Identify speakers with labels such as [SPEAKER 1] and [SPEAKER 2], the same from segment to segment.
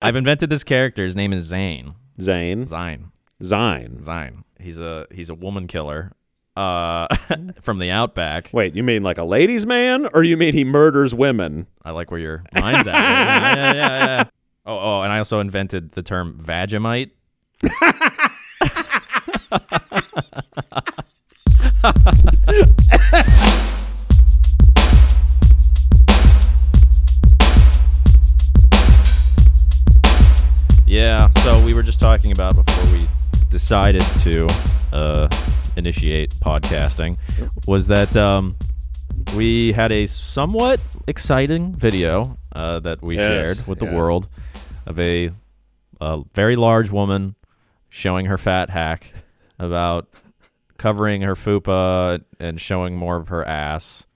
[SPEAKER 1] I've invented this character. His name is Zane.
[SPEAKER 2] Zane.
[SPEAKER 1] Zine.
[SPEAKER 2] Zine.
[SPEAKER 1] Zine. He's a he's a woman killer. Uh, from the outback.
[SPEAKER 2] Wait, you mean like a ladies' man, or you mean he murders women?
[SPEAKER 1] I like where your mind's at. yeah, yeah, yeah, yeah. Oh, oh, and I also invented the term Vagemite. yeah, so we were just talking about before we decided to uh, initiate podcasting was that um, we had a somewhat exciting video uh, that we
[SPEAKER 2] Yes,
[SPEAKER 1] shared with
[SPEAKER 2] yeah.
[SPEAKER 1] the world of a, a very large woman showing her fat hack about covering her fupa and showing more of her ass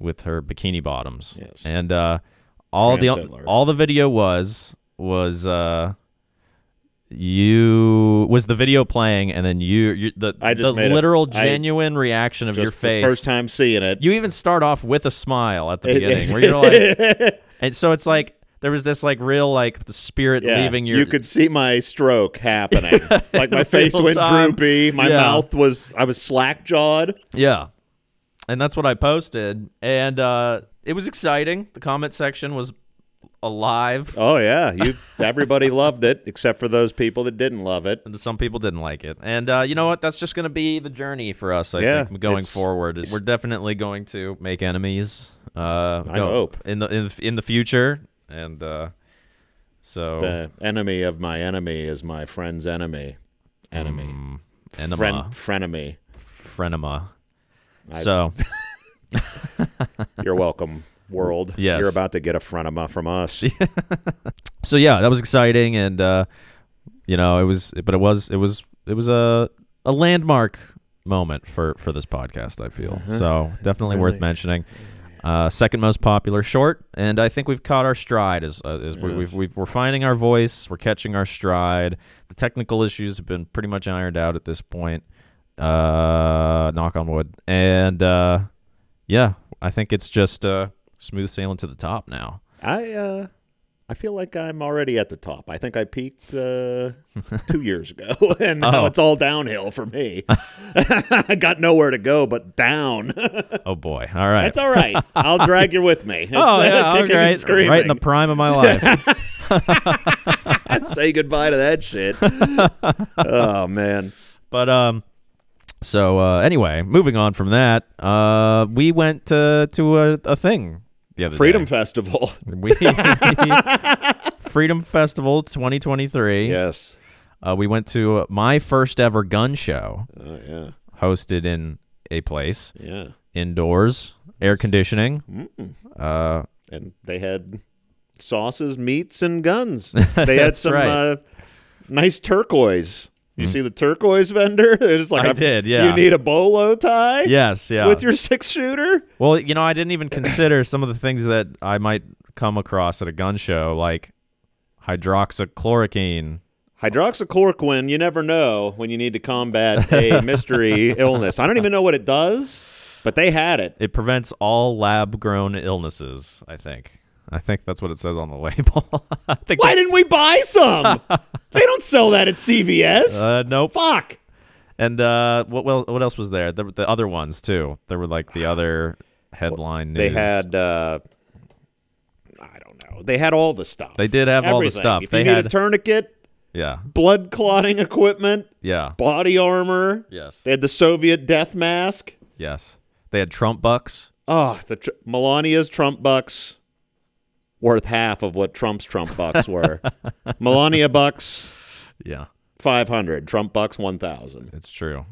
[SPEAKER 1] with her bikini bottoms.
[SPEAKER 2] Yes.
[SPEAKER 1] And uh, all the
[SPEAKER 2] Fran Sedler.
[SPEAKER 1] all the video was was uh, you was the video playing and then you, you the
[SPEAKER 2] I just
[SPEAKER 1] the
[SPEAKER 2] made a-
[SPEAKER 1] literal
[SPEAKER 2] I-
[SPEAKER 1] genuine reaction of
[SPEAKER 2] Just
[SPEAKER 1] your
[SPEAKER 2] the
[SPEAKER 1] face.
[SPEAKER 2] First time seeing it.
[SPEAKER 1] You even start off with a smile at the
[SPEAKER 2] It-
[SPEAKER 1] beginning where you're like and so it's like there was this like real like the spirit
[SPEAKER 2] Yeah,
[SPEAKER 1] leaving your
[SPEAKER 2] you could see my stroke happening. like my face
[SPEAKER 1] Real
[SPEAKER 2] went
[SPEAKER 1] time.
[SPEAKER 2] droopy. My
[SPEAKER 1] Yeah.
[SPEAKER 2] mouth was I was slack jawed.
[SPEAKER 1] Yeah. And that's what I posted. And uh, it was exciting. The comment section was alive.
[SPEAKER 2] Oh yeah, you everybody loved it except for those people that didn't love it.
[SPEAKER 1] And some people didn't like it. And uh, you know what? That's just going to be the journey for us, I
[SPEAKER 2] Mm. Yeah,
[SPEAKER 1] think, going
[SPEAKER 2] it's-
[SPEAKER 1] forward. We're definitely going to make enemies. Uh,
[SPEAKER 2] I hope.
[SPEAKER 1] In the, in, the- in the future. And uh, so.
[SPEAKER 2] The enemy of my enemy is my friend's enemy. Enemy.
[SPEAKER 1] mm,
[SPEAKER 2] Friend
[SPEAKER 1] enema.
[SPEAKER 2] frenemy.
[SPEAKER 1] Frenema.
[SPEAKER 2] I-
[SPEAKER 1] so,
[SPEAKER 2] You're welcome, world.
[SPEAKER 1] Yes.
[SPEAKER 2] You're about to get a frenema from us.
[SPEAKER 1] so yeah, that was exciting, and uh, you know, it was, but it was, it was, it was a a landmark moment for for this podcast. I feel so definitely worth
[SPEAKER 2] Really.
[SPEAKER 1] mentioning. Uh, second most popular short, and I think we've caught our stride. As uh, as we,
[SPEAKER 2] Yes.
[SPEAKER 1] we've, we've we're finding our voice, we're catching our stride. The technical issues have been pretty much ironed out at this point. Uh, knock on wood, and uh, yeah, I think it's just uh, smooth sailing to the top now.
[SPEAKER 2] I uh I feel like I'm already at the top. I think I peaked uh, two years ago, and now
[SPEAKER 1] Oh.
[SPEAKER 2] it's all downhill for me. I got nowhere to go but down.
[SPEAKER 1] Oh boy! All right,
[SPEAKER 2] That's all right. I'll drag you with me. It's,
[SPEAKER 1] Oh
[SPEAKER 2] uh,
[SPEAKER 1] yeah,
[SPEAKER 2] kicking
[SPEAKER 1] okay.
[SPEAKER 2] and screaming.
[SPEAKER 1] right in the prime of my life.
[SPEAKER 2] I'd say goodbye to that shit. oh man,
[SPEAKER 1] but um, so uh, anyway, moving on from that, uh, we went to to a, a thing the other
[SPEAKER 2] Freedom
[SPEAKER 1] day.
[SPEAKER 2] Festival.
[SPEAKER 1] We, Freedom Festival 2023.
[SPEAKER 2] yes.
[SPEAKER 1] Uh, we went to my first ever gun show,
[SPEAKER 2] Oh yeah.
[SPEAKER 1] hosted in a place
[SPEAKER 2] Yeah.
[SPEAKER 1] indoors, air conditioning.
[SPEAKER 2] Mm.
[SPEAKER 1] Uh,
[SPEAKER 2] and they had sauces, meats, and guns. They had some
[SPEAKER 1] right. Mm-hmm.
[SPEAKER 2] uh, nice turquoise. You see the turquoise vendor? They're just like, "Uh,
[SPEAKER 1] I did,
[SPEAKER 2] Do
[SPEAKER 1] yeah.
[SPEAKER 2] you need a bolo tie?
[SPEAKER 1] yes, yeah.
[SPEAKER 2] With your six shooter?
[SPEAKER 1] Well, you know, I didn't even consider some of the things that I might come across at a gun show, like hydroxychloroquine.
[SPEAKER 2] Hydroxychloroquine, you never know when you need to combat a mystery illness. I don't even know what it does, but they had it.
[SPEAKER 1] It prevents all lab-grown illnesses. I think. I think that's what it says on the label. I think.
[SPEAKER 2] Why didn't we buy some? they don't sell that at CVS.
[SPEAKER 1] Uh, nope.
[SPEAKER 2] Fuck.
[SPEAKER 1] And uh, what well, what else was there? The, the other ones too. There were like the other headline
[SPEAKER 2] They
[SPEAKER 1] news.
[SPEAKER 2] had, uh, I don't know. They had all the stuff.
[SPEAKER 1] They did have all the
[SPEAKER 2] Everything.
[SPEAKER 1] stuff.
[SPEAKER 2] If
[SPEAKER 1] they
[SPEAKER 2] you need
[SPEAKER 1] had.
[SPEAKER 2] a tourniquet,
[SPEAKER 1] yeah.
[SPEAKER 2] blood clotting equipment,
[SPEAKER 1] Yeah.
[SPEAKER 2] body armor.
[SPEAKER 1] Yes.
[SPEAKER 2] They had the Soviet death mask.
[SPEAKER 1] Yes. They had Trump bucks.
[SPEAKER 2] Oh, the tr- Melania's Trump bucks worth half of what Trump's Trump bucks were. Melania bucks
[SPEAKER 1] Yeah,
[SPEAKER 2] 500, Trump bucks 1000.
[SPEAKER 1] it's true.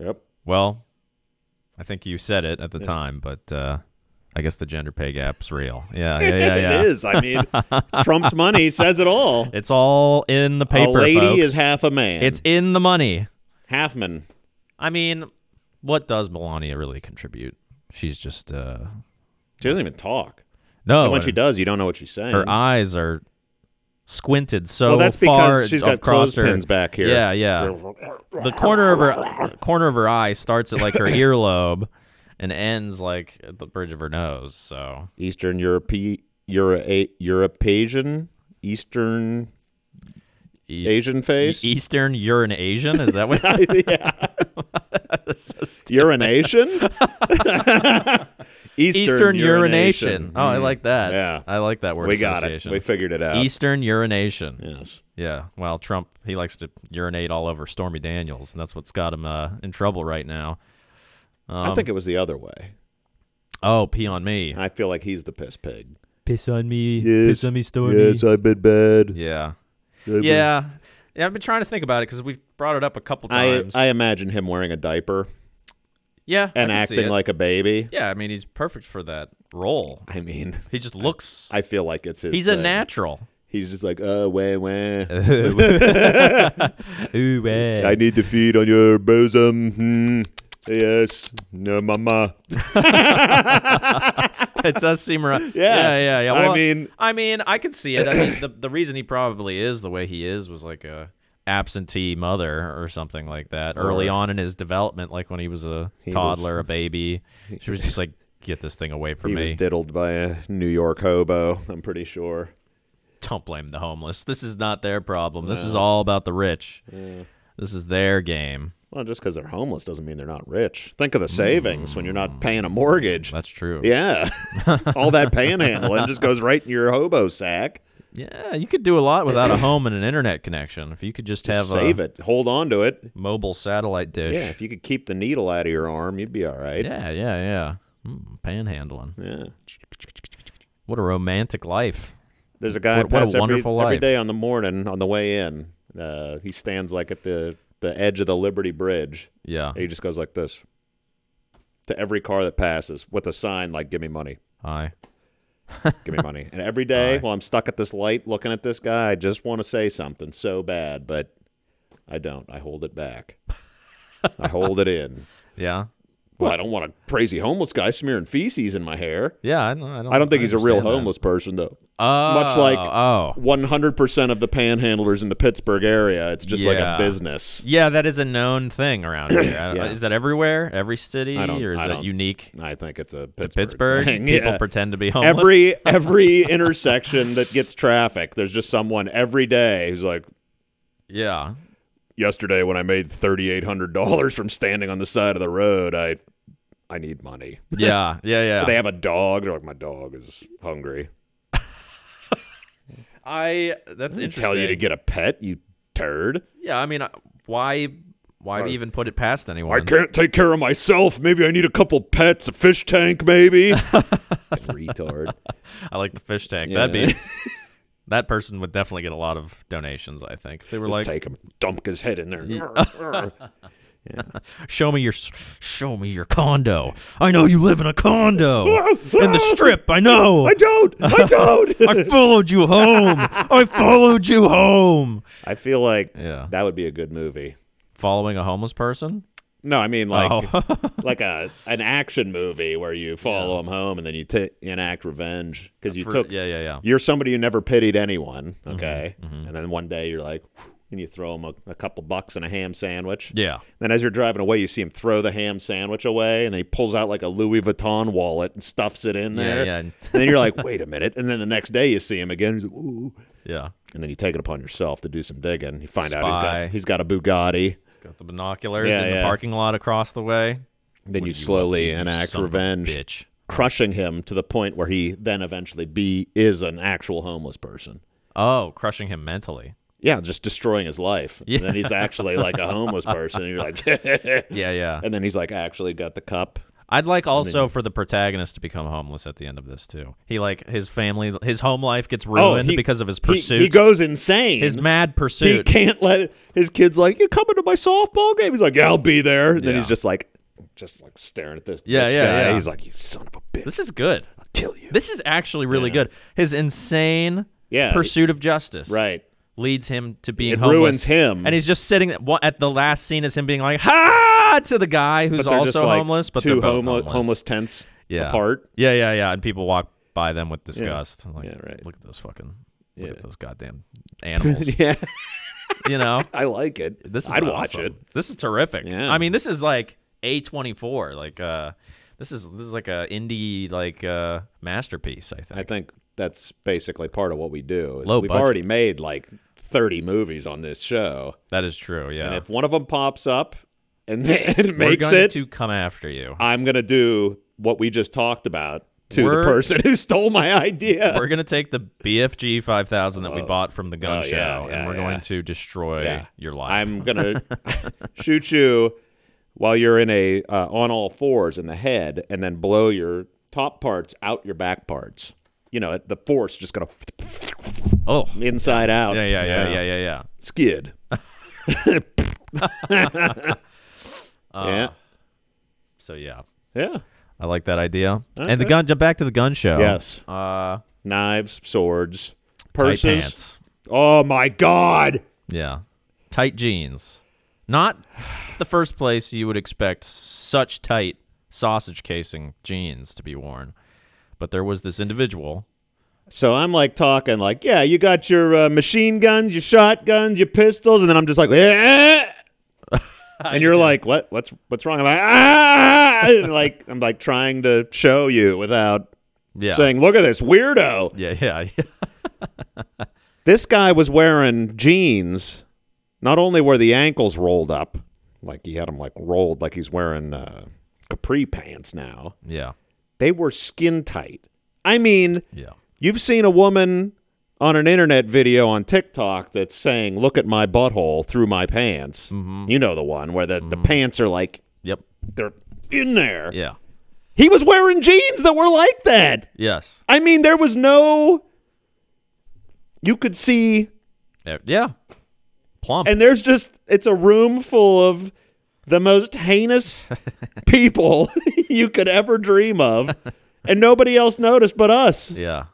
[SPEAKER 2] Yep.
[SPEAKER 1] Well, I think you said it at the time, but uh, I guess the gender pay gap's real. Yeah, yeah, yeah, yeah.
[SPEAKER 2] It is. I mean, Trump's money says it all.
[SPEAKER 1] It's all in the paper.
[SPEAKER 2] a lady
[SPEAKER 1] folks.
[SPEAKER 2] is half a man.
[SPEAKER 1] It's in the money.
[SPEAKER 2] Halfman.
[SPEAKER 1] I mean, what does Melania really contribute? She's just uh
[SPEAKER 2] She doesn't even talk.
[SPEAKER 1] no.
[SPEAKER 2] And when
[SPEAKER 1] her-
[SPEAKER 2] she does, you don't know what she's saying.
[SPEAKER 1] Oh, uh, her eyes are squinted so
[SPEAKER 2] well, that's
[SPEAKER 1] far
[SPEAKER 2] because she's got
[SPEAKER 1] across her.
[SPEAKER 2] clothespins back here.
[SPEAKER 1] Yeah, yeah. The corner of her corner of her eye starts at like her earlobe and ends like at the bridge of her nose. So
[SPEAKER 2] Eastern Europe, Euro, European Eastern
[SPEAKER 1] E-
[SPEAKER 2] Asian face.
[SPEAKER 1] Eastern, you're an Asian? Is that what?
[SPEAKER 2] yeah. Urination? Eastern,
[SPEAKER 1] Eastern urination. Oh, I like that.
[SPEAKER 2] Yeah.
[SPEAKER 1] I like that word
[SPEAKER 2] Mm. We got it.
[SPEAKER 1] association.
[SPEAKER 2] We figured it out.
[SPEAKER 1] Eastern urination.
[SPEAKER 2] Yes.
[SPEAKER 1] Yeah. Well, Trump he likes to urinate all over Stormy Daniels, and that's what's got him uh, in trouble right now. um,
[SPEAKER 2] I think it was the other way.
[SPEAKER 1] Oh, pee on me.
[SPEAKER 2] I feel like he's the piss pig.
[SPEAKER 1] Piss on me.
[SPEAKER 2] Yes, Yes, I've been bad.
[SPEAKER 1] Yeah.
[SPEAKER 2] I've been-
[SPEAKER 1] Yeah. Yeah. I've been trying to think about it because we've brought it up a couple
[SPEAKER 2] I,
[SPEAKER 1] times.
[SPEAKER 2] I imagine him wearing a diaper
[SPEAKER 1] yeah. I
[SPEAKER 2] and
[SPEAKER 1] can see
[SPEAKER 2] acting
[SPEAKER 1] it.
[SPEAKER 2] like a baby.
[SPEAKER 1] Yeah. I mean, he's perfect for that role.
[SPEAKER 2] I mean,
[SPEAKER 1] He just looks.
[SPEAKER 2] I feel like it's his.
[SPEAKER 1] he's a
[SPEAKER 2] thing.
[SPEAKER 1] natural.
[SPEAKER 2] He's just like, uh, wah,
[SPEAKER 1] Ooh,
[SPEAKER 2] wah.
[SPEAKER 1] eh.
[SPEAKER 2] I need to feed on your bosom. Hmm. Yes, no, mama.
[SPEAKER 1] it does seem right.
[SPEAKER 2] Yeah.
[SPEAKER 1] yeah, yeah, yeah.
[SPEAKER 2] I
[SPEAKER 1] Well,
[SPEAKER 2] mean-
[SPEAKER 1] I mean, I could see it. I mean, the the reason he probably is the way he is was like a absentee mother or something like that early
[SPEAKER 2] Or-
[SPEAKER 1] on in his development, like when he was a
[SPEAKER 2] was-
[SPEAKER 1] toddler, a baby. She was just like, "Get this thing away from
[SPEAKER 2] He was
[SPEAKER 1] me."
[SPEAKER 2] diddled by a New York hobo, I'm pretty sure.
[SPEAKER 1] Don't blame the homeless. This is not their problem. This is all about the rich. This is their game.
[SPEAKER 2] Well, just because they're homeless doesn't mean they're not rich. Think of the savings when you're
[SPEAKER 1] Hmm.
[SPEAKER 2] not paying a mortgage.
[SPEAKER 1] That's true.
[SPEAKER 2] Yeah. All that panhandling just goes right in your hobo sack.
[SPEAKER 1] Yeah, you could do a lot without a home and an internet connection if you could just have
[SPEAKER 2] Save
[SPEAKER 1] a
[SPEAKER 2] it. Hold on to it.
[SPEAKER 1] mobile satellite dish.
[SPEAKER 2] Yeah, if you could keep the needle out of your arm, you'd be all right.
[SPEAKER 1] Yeah, yeah, yeah. Mm, panhandling.
[SPEAKER 2] Yeah.
[SPEAKER 1] What a romantic life.
[SPEAKER 2] There's a guy
[SPEAKER 1] What- what a
[SPEAKER 2] I pass every-
[SPEAKER 1] wonderful
[SPEAKER 2] every
[SPEAKER 1] life.
[SPEAKER 2] day on the morning on the way in. Uh, he stands like at the, the edge of the Liberty Bridge.
[SPEAKER 1] Yeah.
[SPEAKER 2] And he just goes like this to every car that passes with a sign like, give me money.
[SPEAKER 1] Hi.
[SPEAKER 2] Give me money. And every day
[SPEAKER 1] Aye.
[SPEAKER 2] while I'm stuck at this light looking at this guy, I just want to say something so bad, but I don't. I hold it back. I hold it in.
[SPEAKER 1] Yeah.
[SPEAKER 2] Well, I don't want a crazy homeless guy smearing feces in my hair.
[SPEAKER 1] Yeah, I don't I don't,
[SPEAKER 2] I don't think he's a real
[SPEAKER 1] understand that.
[SPEAKER 2] homeless person, though.
[SPEAKER 1] Oh,
[SPEAKER 2] Much like-
[SPEAKER 1] Oh.
[SPEAKER 2] 100% of the panhandlers in the Pittsburgh area, it's just like a
[SPEAKER 1] Yeah.
[SPEAKER 2] business.
[SPEAKER 1] Yeah, that is a known thing around here. I-
[SPEAKER 2] Yeah.
[SPEAKER 1] Is that everywhere? Every city
[SPEAKER 2] I don't-
[SPEAKER 1] or is
[SPEAKER 2] I
[SPEAKER 1] that
[SPEAKER 2] don't-
[SPEAKER 1] unique?
[SPEAKER 2] I think it's a Pittsburgh.
[SPEAKER 1] Pittsburgh,
[SPEAKER 2] thing.
[SPEAKER 1] people
[SPEAKER 2] Yeah.
[SPEAKER 1] pretend to be homeless.
[SPEAKER 2] every every intersection that gets traffic, there's just someone every day who's like,
[SPEAKER 1] Yeah.
[SPEAKER 2] yesterday when I made thirty eight hundred dollars from standing on the side of the road, I I need money.
[SPEAKER 1] Yeah. Yeah,
[SPEAKER 2] They
[SPEAKER 1] yeah.
[SPEAKER 2] have a dog. They're like, my dog is hungry.
[SPEAKER 1] I that's interesting.
[SPEAKER 2] Tell you to get a pet, you turd.
[SPEAKER 1] Yeah, I mean, I- why why even put it past
[SPEAKER 2] I
[SPEAKER 1] anyone?
[SPEAKER 2] can't take care of myself. Maybe I need a couple pets, a fish tank, maybe. Retard.
[SPEAKER 1] I like the fish tank.
[SPEAKER 2] Yeah.
[SPEAKER 1] That'd be That person would definitely get a lot of donations, I think. If they were
[SPEAKER 2] Just
[SPEAKER 1] like,
[SPEAKER 2] take him, dump his head in there.
[SPEAKER 1] Show me your show me your condo. I know you live in a condo in the strip. I know.
[SPEAKER 2] I don't. I don't.
[SPEAKER 1] I followed you home. I followed you home.
[SPEAKER 2] I feel like
[SPEAKER 1] Yeah.
[SPEAKER 2] that would be a good movie.
[SPEAKER 1] Following a homeless person?
[SPEAKER 2] No, I mean like
[SPEAKER 1] oh.
[SPEAKER 2] like a an action movie where you follow them home and then you t- enact revenge because you
[SPEAKER 1] For-
[SPEAKER 2] took
[SPEAKER 1] yeah, Mm-hmm, yeah, yeah.
[SPEAKER 2] you're somebody who never pitied anyone, okay? And then one day you're like, whew, and you throw him a, a couple bucks and a ham sandwich.
[SPEAKER 1] Yeah.
[SPEAKER 2] Then as you're driving away, you see him throw the ham sandwich away, and then he pulls out like a Louis Vuitton wallet and stuffs it in there.
[SPEAKER 1] yeah.
[SPEAKER 2] and then you're like, wait a minute. And then the next day you see him again. He's like, ooh.
[SPEAKER 1] Yeah.
[SPEAKER 2] And then you take it upon yourself to do some digging. You find out he's
[SPEAKER 1] Spy.
[SPEAKER 2] got he's got a Bugatti.
[SPEAKER 1] Got the binoculars
[SPEAKER 2] Yeah,
[SPEAKER 1] in the
[SPEAKER 2] yeah.
[SPEAKER 1] parking lot across the way.
[SPEAKER 2] Then you
[SPEAKER 1] up to,
[SPEAKER 2] slowly
[SPEAKER 1] you
[SPEAKER 2] enact
[SPEAKER 1] son of a
[SPEAKER 2] revenge.
[SPEAKER 1] Bitch.
[SPEAKER 2] crushing him to the point where he then eventually be is an actual homeless person.
[SPEAKER 1] Oh, crushing him mentally.
[SPEAKER 2] Yeah, just destroying his life. And then he's actually like a homeless person. And you're like, and
[SPEAKER 1] Yeah, yeah.
[SPEAKER 2] then he's like actually got the cup.
[SPEAKER 1] I'd like also for the protagonist to become homeless at the end of this too. He like his family, his home life gets ruined
[SPEAKER 2] Oh, he-
[SPEAKER 1] Oh, because of his
[SPEAKER 2] He-
[SPEAKER 1] pursuit.
[SPEAKER 2] He, goes insane.
[SPEAKER 1] his mad pursuit.
[SPEAKER 2] he can't let it- his kids like you coming to my softball game. He's like, yeah, I'll be there. And then
[SPEAKER 1] Yeah.
[SPEAKER 2] he's just like, just like staring at this.
[SPEAKER 1] Yeah,
[SPEAKER 2] bitch
[SPEAKER 1] yeah,
[SPEAKER 2] guy.
[SPEAKER 1] yeah.
[SPEAKER 2] He's like, you son of a bitch,
[SPEAKER 1] This is good.
[SPEAKER 2] I'll kill you.
[SPEAKER 1] This is actually really good. His insane
[SPEAKER 2] Yeah.
[SPEAKER 1] pursuit of justice
[SPEAKER 2] Right.
[SPEAKER 1] leads him to being
[SPEAKER 2] It
[SPEAKER 1] homeless.
[SPEAKER 2] ruins him.
[SPEAKER 1] And he's just sitting what- at the last scene is him being like, ha, to the guy who's
[SPEAKER 2] But they're
[SPEAKER 1] also
[SPEAKER 2] just, like,
[SPEAKER 1] homeless, but
[SPEAKER 2] two
[SPEAKER 1] they're both
[SPEAKER 2] homo-
[SPEAKER 1] homeless.
[SPEAKER 2] homeless tents
[SPEAKER 1] yeah.
[SPEAKER 2] apart.
[SPEAKER 1] Yeah, yeah, yeah. And people walk by them with disgust. Like,
[SPEAKER 2] Yeah, right.
[SPEAKER 1] look at those fucking, look
[SPEAKER 2] Yeah.
[SPEAKER 1] at those goddamn animals.
[SPEAKER 2] yeah,
[SPEAKER 1] you know,
[SPEAKER 2] I like it.
[SPEAKER 1] this is
[SPEAKER 2] I'd
[SPEAKER 1] awesome.
[SPEAKER 2] watch it.
[SPEAKER 1] This is terrific.
[SPEAKER 2] Yeah.
[SPEAKER 1] I mean, this is like A24. Like, uh, this is this is like a indie like uh, masterpiece. I think.
[SPEAKER 2] I think that's basically part of what we do. is
[SPEAKER 1] Low
[SPEAKER 2] we've
[SPEAKER 1] budget.
[SPEAKER 2] already made like 30 movies on this show,
[SPEAKER 1] That is true. Yeah.
[SPEAKER 2] and if one of them pops up and it
[SPEAKER 1] We're
[SPEAKER 2] makes
[SPEAKER 1] going
[SPEAKER 2] it, Uh,
[SPEAKER 1] to come after you.
[SPEAKER 2] I'm gonna do what we just talked about to
[SPEAKER 1] We're-
[SPEAKER 2] the person who stole my idea.
[SPEAKER 1] We're gonna take the BFG five thousand that we bought from the gun
[SPEAKER 2] Oh,
[SPEAKER 1] show,
[SPEAKER 2] yeah, yeah,
[SPEAKER 1] and we're
[SPEAKER 2] yeah.
[SPEAKER 1] going to destroy
[SPEAKER 2] Yeah.
[SPEAKER 1] your life.
[SPEAKER 2] I'm gonna shoot you while you're in a uh, on all fours in the head, and then blow your top parts out your back parts. You know, the force just gonna
[SPEAKER 1] oh,
[SPEAKER 2] inside out.
[SPEAKER 1] yeah, yeah, yeah, yeah, yeah, yeah.
[SPEAKER 2] Skid. yeah,
[SPEAKER 1] So yeah,
[SPEAKER 2] yeah.
[SPEAKER 1] I like that idea. And the gun. Jump back to the gun show.
[SPEAKER 2] Yes,
[SPEAKER 1] Uh,
[SPEAKER 2] knives, swords,
[SPEAKER 1] tight
[SPEAKER 2] purses.
[SPEAKER 1] pants.
[SPEAKER 2] Oh my God!
[SPEAKER 1] Yeah, tight jeans. Not the first place you would expect such tight sausage casing jeans to be worn, but there was this individual.
[SPEAKER 2] So I'm like talking like, yeah, you got your uh, machine guns, your shotguns, your pistols, and then I'm just like, "Eh." and you're like, what? What's what's wrong? I'm like, ah, and like I'm like trying to show you without
[SPEAKER 1] Yeah.
[SPEAKER 2] saying, look at this weirdo.
[SPEAKER 1] yeah, yeah, yeah.
[SPEAKER 2] This guy was wearing jeans. Not only were the ankles rolled up, like he had them like rolled, like he's wearing uh, capri pants now.
[SPEAKER 1] Yeah.
[SPEAKER 2] They were skin tight. I mean,
[SPEAKER 1] Yeah.
[SPEAKER 2] You've seen a woman on an internet video on TikTok that's saying, "Look at my butthole through my pants." You know the one where the, the pants are like
[SPEAKER 1] Yep.
[SPEAKER 2] they're in there.
[SPEAKER 1] Yeah.
[SPEAKER 2] He was wearing jeans that were like that.
[SPEAKER 1] Yes.
[SPEAKER 2] I mean, there was no. You could see,
[SPEAKER 1] Yeah. Yeah. Plump.
[SPEAKER 2] and there's just it's a room full of the most heinous people you could ever dream of, and nobody else noticed but us.
[SPEAKER 1] yeah.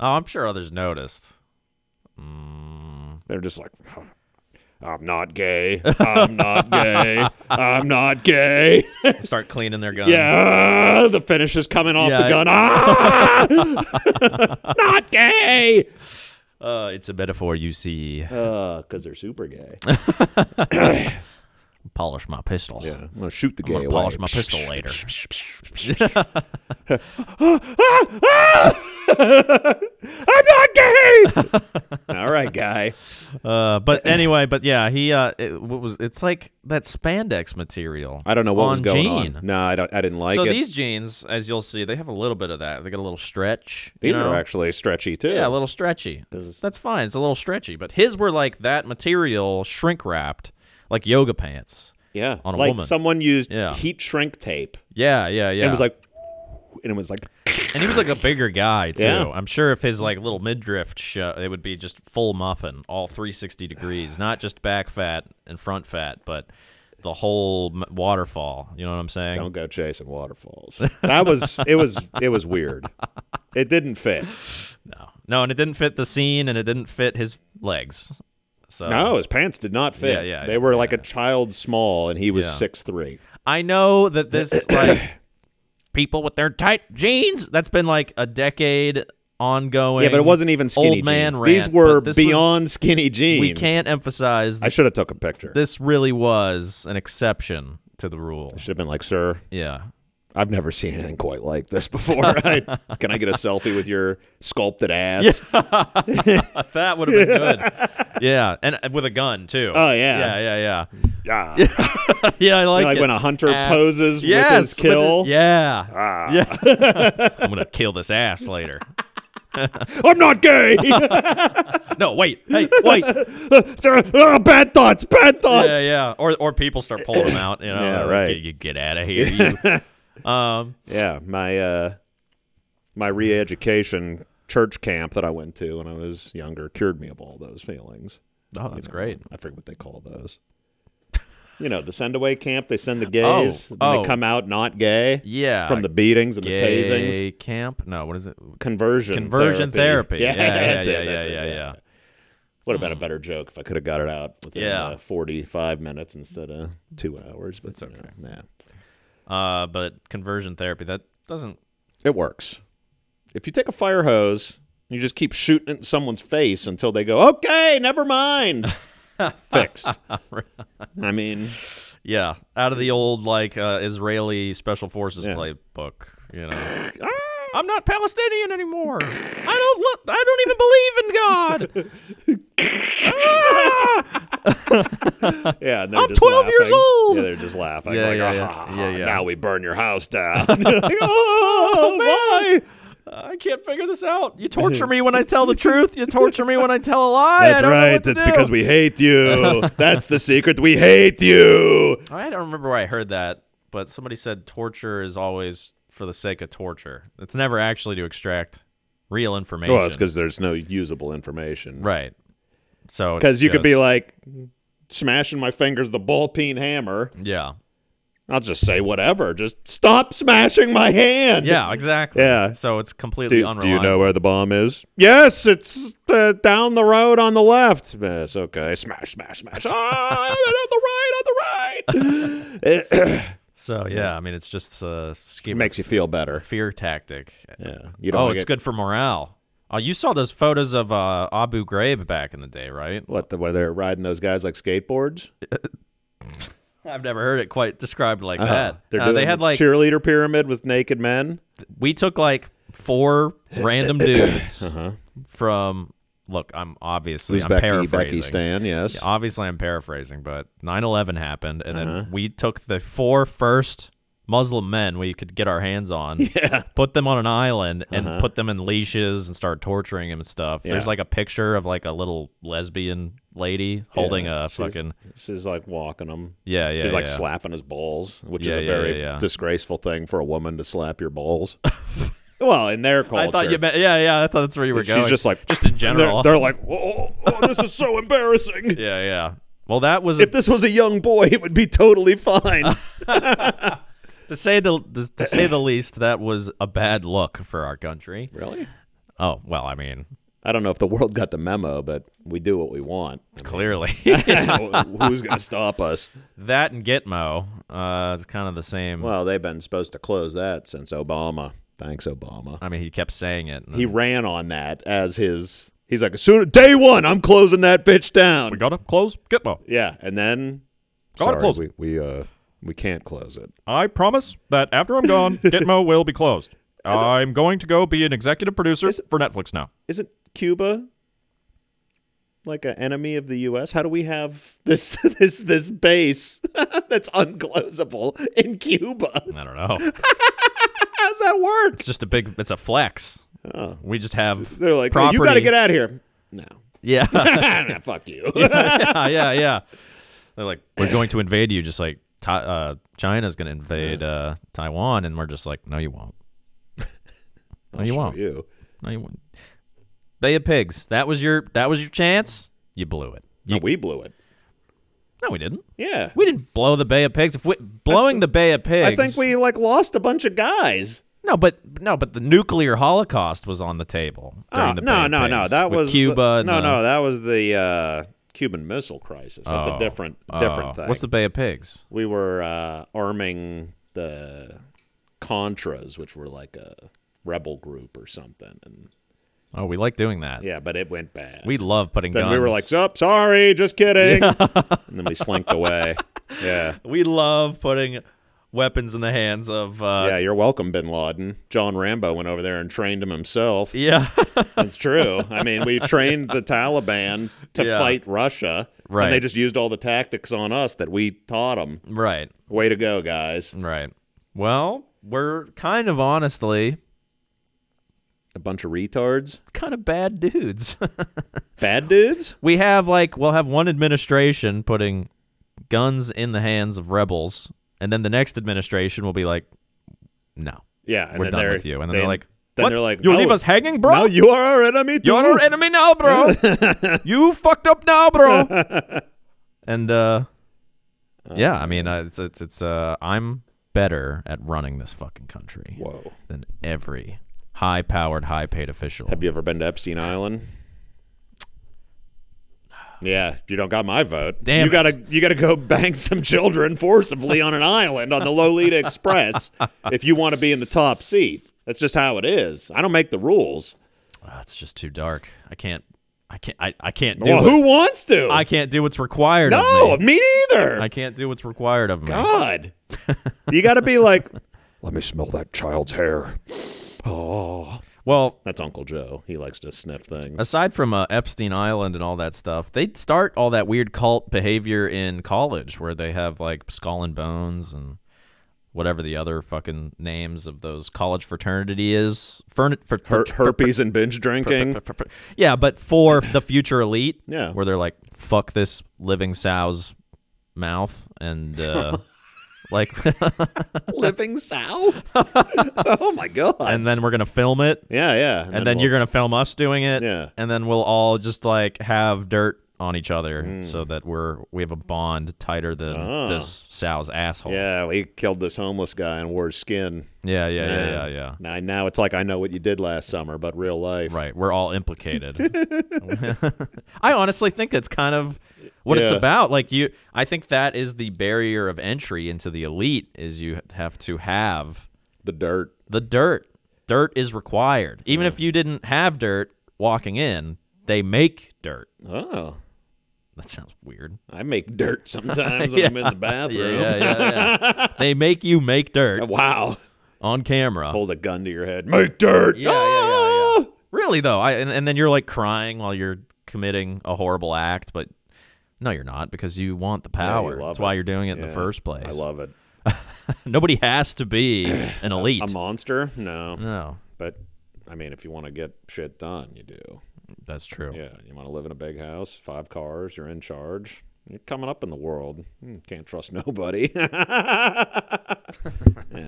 [SPEAKER 1] Oh, I'm sure others noticed.
[SPEAKER 2] They're just like, I'm not gay. I'm not gay. I'm not gay.
[SPEAKER 1] Start cleaning their gun.
[SPEAKER 2] yeah, the finish is coming off
[SPEAKER 1] Yeah,
[SPEAKER 2] the gun. Ah! not gay.
[SPEAKER 1] Uh, it's a metaphor you see.
[SPEAKER 2] Because Uh, they're super gay.
[SPEAKER 1] Polish my pistol.
[SPEAKER 2] Yeah, I'm gonna shoot the gay
[SPEAKER 1] I'm gonna
[SPEAKER 2] away.
[SPEAKER 1] polish my pistol later.
[SPEAKER 2] I'm not gay. All right, guy.
[SPEAKER 1] Uh, but anyway, but yeah, he uh, it, what was it's like that spandex material.
[SPEAKER 2] I don't know what
[SPEAKER 1] on
[SPEAKER 2] was going
[SPEAKER 1] Gene.
[SPEAKER 2] on. No, I don't. I didn't like
[SPEAKER 1] so
[SPEAKER 2] it.
[SPEAKER 1] these jeans, as you'll see, they have a little bit of that. They got a little stretch. you
[SPEAKER 2] These
[SPEAKER 1] know?
[SPEAKER 2] are actually stretchy too.
[SPEAKER 1] yeah, a little stretchy. That's, that's fine. It's a little stretchy, but his were like that material shrink wrapped, like yoga pants.
[SPEAKER 2] Yeah,
[SPEAKER 1] on a
[SPEAKER 2] like
[SPEAKER 1] woman.
[SPEAKER 2] someone used
[SPEAKER 1] Yeah.
[SPEAKER 2] heat shrink tape
[SPEAKER 1] Yeah, yeah, yeah.
[SPEAKER 2] and it was like, and it was like,
[SPEAKER 1] And he was like a bigger guy too.
[SPEAKER 2] Yeah.
[SPEAKER 1] I'm sure if his like little midriff show, it would be just full muffin, all 360 degrees, not just back fat and front fat, but the whole m- waterfall. You know what I'm saying?
[SPEAKER 2] don't go chasing waterfalls. That was it was it was weird. It didn't fit.
[SPEAKER 1] No, no, and it didn't fit the scene, and it didn't fit his legs. So
[SPEAKER 2] No, his pants did not fit.
[SPEAKER 1] Uh, Yeah, yeah,
[SPEAKER 2] they
[SPEAKER 1] yeah,
[SPEAKER 2] were like
[SPEAKER 1] yeah.
[SPEAKER 2] a child small, and he was
[SPEAKER 1] Yeah.
[SPEAKER 2] six three.
[SPEAKER 1] I know that this like people with their tight jeans. That's been like a decade ongoing.
[SPEAKER 2] Yeah, but it wasn't even skinny
[SPEAKER 1] old man
[SPEAKER 2] jeans.
[SPEAKER 1] rant,
[SPEAKER 2] These were
[SPEAKER 1] but this was-
[SPEAKER 2] beyond skinny jeans.
[SPEAKER 1] We can't emphasize
[SPEAKER 2] I should have took a picture.
[SPEAKER 1] this really was an exception to the rule.
[SPEAKER 2] should have been like, sir,
[SPEAKER 1] Yeah.
[SPEAKER 2] I've never seen anything quite like this before. I, can I get a selfie with your sculpted ass?
[SPEAKER 1] That would have been good. yeah, and and with a gun too.
[SPEAKER 2] Oh, yeah.
[SPEAKER 1] yeah, yeah,
[SPEAKER 2] Yeah.
[SPEAKER 1] yeah. yeah, I like,
[SPEAKER 2] like
[SPEAKER 1] it.
[SPEAKER 2] when a hunter
[SPEAKER 1] Ass.
[SPEAKER 2] poses with his
[SPEAKER 1] Yes,
[SPEAKER 2] kill. Ah.
[SPEAKER 1] yeah, yeah. I'm gonna kill this ass later.
[SPEAKER 2] I'm not gay.
[SPEAKER 1] No, wait, hey, wait.
[SPEAKER 2] Ah, bad thoughts. Bad thoughts.
[SPEAKER 1] yeah, yeah. Or or people start pulling them out. You know,
[SPEAKER 2] Yeah, right.
[SPEAKER 1] Get, you get out of here. You. Oh, um,
[SPEAKER 2] Yeah, my uh, my re-education church camp that I went to when I was younger cured me of all those feelings.
[SPEAKER 1] oh, that's great.
[SPEAKER 2] I forget what they call those. You know, the send away camp. They send the gays. and
[SPEAKER 1] oh.
[SPEAKER 2] They come out not gay
[SPEAKER 1] Yeah,
[SPEAKER 2] from the beatings and the tasings.
[SPEAKER 1] gay camp. No, what is it?
[SPEAKER 2] Conversion
[SPEAKER 1] Conversion therapy.
[SPEAKER 2] Yeah,
[SPEAKER 1] Yeah, yeah,
[SPEAKER 2] that's
[SPEAKER 1] yeah,
[SPEAKER 2] it.
[SPEAKER 1] yeah,
[SPEAKER 2] that's it,
[SPEAKER 1] yeah, yeah. Hmm.
[SPEAKER 2] Would have been a better joke if I could have got it out within
[SPEAKER 1] Yeah.
[SPEAKER 2] uh, forty-five minutes instead of two hours. But it's okay. yeah,
[SPEAKER 1] Uh, but conversion therapy that doesn't.
[SPEAKER 2] It works. If you take a fire hose, you just keep shooting it in someone's face until they go, okay, never mind. Fixed. I mean,
[SPEAKER 1] Yeah, out of the old like uh, Israeli special forces
[SPEAKER 2] Mm. Yeah.
[SPEAKER 1] playbook. You know.
[SPEAKER 2] ah,
[SPEAKER 1] I'm not Palestinian anymore. I don't look. I don't even believe in God.
[SPEAKER 2] Yeah, and they're
[SPEAKER 1] I'm
[SPEAKER 2] just
[SPEAKER 1] 12 years
[SPEAKER 2] laughing.
[SPEAKER 1] old.
[SPEAKER 2] Yeah, they're just laughing.
[SPEAKER 1] Yeah,
[SPEAKER 2] like,
[SPEAKER 1] yeah,
[SPEAKER 2] "Ah,
[SPEAKER 1] yeah.
[SPEAKER 2] ha, ha,
[SPEAKER 1] Yeah,
[SPEAKER 2] ha,
[SPEAKER 1] yeah.
[SPEAKER 2] Now we burn your house down. Like, oh,
[SPEAKER 1] man. I can't figure this out. You torture me when I tell the truth. You torture me when I tell a lie. I
[SPEAKER 2] That's
[SPEAKER 1] don't know what
[SPEAKER 2] right.
[SPEAKER 1] to
[SPEAKER 2] It's
[SPEAKER 1] do.
[SPEAKER 2] because we hate you. That's the secret. We hate you.
[SPEAKER 1] I don't remember where I heard that, but somebody said torture is always for the sake of torture. It's never actually to extract real information.
[SPEAKER 2] Well, it's because there's no usable information.
[SPEAKER 1] right. So it's
[SPEAKER 2] Because you could be
[SPEAKER 1] just-
[SPEAKER 2] like smashing my fingers with the ball peen hammer.
[SPEAKER 1] yeah,
[SPEAKER 2] I'll just say whatever. Just stop smashing my hand.
[SPEAKER 1] yeah, exactly.
[SPEAKER 2] Yeah.
[SPEAKER 1] So it's completely
[SPEAKER 2] Do,
[SPEAKER 1] unreliable.
[SPEAKER 2] do you know where the bomb is? Yes, it's uh, down the road on the left. Yes, okay. Smash, smash, smash. Ah, on the right, on the right. it
[SPEAKER 1] So yeah, I mean, it's just a scheme.
[SPEAKER 2] makes you
[SPEAKER 1] of
[SPEAKER 2] feel better.
[SPEAKER 1] fear tactic.
[SPEAKER 2] Yeah. You
[SPEAKER 1] Oh,
[SPEAKER 2] wanna
[SPEAKER 1] it's
[SPEAKER 2] get-
[SPEAKER 1] good for morale. Oh, you saw those photos of uh, Abu Ghraib back in the day, right?
[SPEAKER 2] What, the, where they're riding those guys like skateboards?
[SPEAKER 1] I've never heard it quite described like
[SPEAKER 2] Oh,
[SPEAKER 1] that.
[SPEAKER 2] they're
[SPEAKER 1] Uh,
[SPEAKER 2] doing
[SPEAKER 1] they had like
[SPEAKER 2] cheerleader pyramid with naked men.
[SPEAKER 1] we took like four random dudes from. Look, I'm obviously
[SPEAKER 2] Uh-huh. Who's
[SPEAKER 1] I'm
[SPEAKER 2] Becky, Becky
[SPEAKER 1] paraphrasing.
[SPEAKER 2] Stan, yes.
[SPEAKER 1] obviously, I'm paraphrasing, but 9/11 happened, and
[SPEAKER 2] Uh-huh.
[SPEAKER 1] then we took the four first Muslim men we could get our hands on,
[SPEAKER 2] Yeah. Uh-huh.
[SPEAKER 1] put them on an island, and put them in leashes and start torturing them and stuff. There's
[SPEAKER 2] Yeah.
[SPEAKER 1] like a picture of like a little lesbian lady holding
[SPEAKER 2] Yeah,
[SPEAKER 1] a
[SPEAKER 2] she's-
[SPEAKER 1] fucking
[SPEAKER 2] She's like walking him.
[SPEAKER 1] yeah yeah
[SPEAKER 2] She's like
[SPEAKER 1] yeah.
[SPEAKER 2] slapping his balls, which
[SPEAKER 1] Yeah,
[SPEAKER 2] is a
[SPEAKER 1] yeah,
[SPEAKER 2] very
[SPEAKER 1] yeah, yeah.
[SPEAKER 2] disgraceful thing for a woman to slap your balls. well, in their culture,
[SPEAKER 1] I thought you meant yeah yeah. I thought that's where you were
[SPEAKER 2] she's
[SPEAKER 1] going.
[SPEAKER 2] just like
[SPEAKER 1] just in
[SPEAKER 2] they're-
[SPEAKER 1] general.
[SPEAKER 2] They're, like, oh, oh, this is so embarrassing.
[SPEAKER 1] yeah yeah. Well, that was a
[SPEAKER 2] If this was a young boy, it would be totally fine.
[SPEAKER 1] to say the to, to say the least, that was a bad look for our country.
[SPEAKER 2] really?
[SPEAKER 1] Oh well, I mean,
[SPEAKER 2] I don't know if the world got the memo, but we do what we want.
[SPEAKER 1] clearly
[SPEAKER 2] Who's going to stop us?
[SPEAKER 1] that and Gitmo, uh, it's kind of the same.
[SPEAKER 2] Well, they've been supposed to close that since Obama. Thanks, Obama.
[SPEAKER 1] I mean, he kept saying it. and
[SPEAKER 2] He ran on that as his. He's like, as soon day one, I'm closing that bitch down.
[SPEAKER 1] we gotta close Gitmo.
[SPEAKER 2] Yeah, and then
[SPEAKER 1] Gotta
[SPEAKER 2] sorry,
[SPEAKER 1] close
[SPEAKER 2] we we uh we can't close it.
[SPEAKER 1] I promise that after I'm gone, Gitmo will be closed. I'm going to go be an executive producer for Netflix now.
[SPEAKER 2] Isn't Cuba like an enemy of the U.S.? How do we have this this this base that's unclosable in Cuba?
[SPEAKER 1] I don't know.
[SPEAKER 2] How's that work?
[SPEAKER 1] It's just a big. It's a flex.
[SPEAKER 2] Oh.
[SPEAKER 1] We just have.
[SPEAKER 2] They're like, "Hey,
[SPEAKER 1] property.
[SPEAKER 2] you got to get out of here. No,
[SPEAKER 1] Yeah,
[SPEAKER 2] Nah, fuck you.
[SPEAKER 1] yeah, yeah, yeah. They're like, we're going to invade you, just like Ti- uh, China's going to invade uh, Taiwan, and we're just like, no, you won't. No, you won't.
[SPEAKER 2] you.
[SPEAKER 1] No, you won't. Bay of Pigs. That was your. That was your chance. You blew it.
[SPEAKER 2] No, we blew it.
[SPEAKER 1] No, we didn't.
[SPEAKER 2] Yeah,
[SPEAKER 1] We didn't blow the Bay of Pigs. If we, blowing the Bay of
[SPEAKER 2] I
[SPEAKER 1] Pigs,
[SPEAKER 2] think we like lost a bunch of guys.
[SPEAKER 1] No, but no, but the nuclear holocaust was on the table. during
[SPEAKER 2] Oh,
[SPEAKER 1] the Bay
[SPEAKER 2] no,
[SPEAKER 1] of
[SPEAKER 2] no, no.
[SPEAKER 1] Pigs
[SPEAKER 2] That
[SPEAKER 1] with
[SPEAKER 2] was the-
[SPEAKER 1] Cuba. and
[SPEAKER 2] no,
[SPEAKER 1] the-
[SPEAKER 2] no, that was the uh, Cuban Missile Crisis. That's a
[SPEAKER 1] Oh,
[SPEAKER 2] different,
[SPEAKER 1] oh.
[SPEAKER 2] different thing.
[SPEAKER 1] What's the Bay of Pigs?
[SPEAKER 2] we were uh, arming the Contras, which were like a rebel group or something, and
[SPEAKER 1] Oh, we like doing that.
[SPEAKER 2] yeah, but it went bad.
[SPEAKER 1] We love putting
[SPEAKER 2] then
[SPEAKER 1] guns.
[SPEAKER 2] we were like, "Sup, sorry, just kidding," and then we slinked away. Yeah,
[SPEAKER 1] We love putting weapons in the hands of. Uh,
[SPEAKER 2] yeah, you're welcome, Bin Laden. John Rambo went over there and trained him himself.
[SPEAKER 1] yeah.
[SPEAKER 2] It's true. I mean, we trained the Taliban to
[SPEAKER 1] Yeah.
[SPEAKER 2] fight Russia,
[SPEAKER 1] Right.
[SPEAKER 2] and they just used all the tactics on us that we taught them.
[SPEAKER 1] right.
[SPEAKER 2] Way to go, guys!
[SPEAKER 1] Right. Well, we're kind of honestly
[SPEAKER 2] A bunch of retards,
[SPEAKER 1] kind of bad dudes.
[SPEAKER 2] bad dudes.
[SPEAKER 1] we have like we'll have one administration putting guns in the hands of rebels, and then the next administration will be like, no,
[SPEAKER 2] Yeah, and
[SPEAKER 1] we're
[SPEAKER 2] then
[SPEAKER 1] done
[SPEAKER 2] they're-
[SPEAKER 1] with you, and then
[SPEAKER 2] they-
[SPEAKER 1] they're like.
[SPEAKER 2] then
[SPEAKER 1] what?
[SPEAKER 2] they're like,
[SPEAKER 1] you
[SPEAKER 2] "No,
[SPEAKER 1] leave us hanging, bro.
[SPEAKER 2] now you are our enemy.
[SPEAKER 1] You're
[SPEAKER 2] too."
[SPEAKER 1] our enemy now, bro. you fucked up now, bro. and uh,
[SPEAKER 2] Oh,
[SPEAKER 1] yeah, I mean, uh, it's it's it's uh, I'm better at running this fucking country
[SPEAKER 2] Whoa!
[SPEAKER 1] than every high-powered, high-paid official.
[SPEAKER 2] Have you ever been to Epstein Island? Yeah, you don't got my vote.
[SPEAKER 1] Damn
[SPEAKER 2] you
[SPEAKER 1] it.
[SPEAKER 2] gotta you gotta go bang some children forcibly on an island on the Lolita Express if you want to be in the top seat. That's just how it is. I don't make the rules.
[SPEAKER 1] Ah, it's just too dark. I can't. I can't. I, I can't do.
[SPEAKER 2] Well,
[SPEAKER 1] what-
[SPEAKER 2] who wants to?
[SPEAKER 1] I can't do what's required
[SPEAKER 2] no,
[SPEAKER 1] of me.
[SPEAKER 2] me neither.
[SPEAKER 1] I can't do what's required of me.
[SPEAKER 2] God, you gotta be like,
[SPEAKER 3] Let me smell that child's hair.
[SPEAKER 2] Oh,
[SPEAKER 1] Well,
[SPEAKER 2] that's Uncle Joe. He likes to sniff things.
[SPEAKER 1] aside from uh, Epstein Island and all that stuff, they start all that weird cult behavior in college where they have like skull and bones and whatever the other fucking names of those college fraternity is. Fern- fr-
[SPEAKER 2] Her-
[SPEAKER 1] fr-
[SPEAKER 2] herpes and binge drinking.
[SPEAKER 1] fr- fr- fr- yeah, but for the future elite,
[SPEAKER 2] Yeah.
[SPEAKER 1] where they're like, "Fuck this living sow's mouth," and uh, like,
[SPEAKER 2] Living sow. oh my god.
[SPEAKER 1] and then we're gonna film it,
[SPEAKER 2] yeah, yeah.
[SPEAKER 1] and, then, you're gonna film us doing it,
[SPEAKER 2] Yeah.
[SPEAKER 1] and then we'll all just like have dirt on each other so that we're we have a bond tighter than
[SPEAKER 2] Hmm. Ah.
[SPEAKER 1] this sow's asshole.
[SPEAKER 2] Yeah, we killed this homeless guy and wore his skin.
[SPEAKER 1] yeah, yeah, yeah, yeah.
[SPEAKER 2] Man.
[SPEAKER 1] yeah.
[SPEAKER 2] Now, now it's like I know what you did last summer, but real life.
[SPEAKER 1] Right, we're all implicated. I honestly think that's kind of what it's
[SPEAKER 2] Yeah.
[SPEAKER 1] about. Like you, I think that is the barrier of entry into the elite is you have to have
[SPEAKER 2] The dirt.
[SPEAKER 1] the dirt. Dirt is required. Even
[SPEAKER 2] Hmm.
[SPEAKER 1] if you didn't have dirt walking in, they make dirt.
[SPEAKER 2] Oh,
[SPEAKER 1] That sounds weird.
[SPEAKER 2] I make dirt sometimes when I'm in the bathroom.
[SPEAKER 1] Yeah, yeah, yeah. yeah. they make you make dirt
[SPEAKER 2] Wow.
[SPEAKER 1] on camera.
[SPEAKER 2] Hold a gun to your head. Make dirt.
[SPEAKER 1] Yeah, yeah,
[SPEAKER 2] yeah,
[SPEAKER 1] Really though, I and, and then you're like crying while you're committing a horrible act, but no, you're not because you want the power.
[SPEAKER 2] love
[SPEAKER 1] That's why
[SPEAKER 2] it.
[SPEAKER 1] you're doing it in the first place.
[SPEAKER 2] I love it.
[SPEAKER 1] Nobody has to be an elite.
[SPEAKER 2] A monster? No.
[SPEAKER 1] no,
[SPEAKER 2] But I mean, if you want to get shit done, you do.
[SPEAKER 1] that's true.
[SPEAKER 2] Yeah. You want to live in a big house, five cars, you're in charge. You're coming up in the world. You Can't trust nobody. yeah,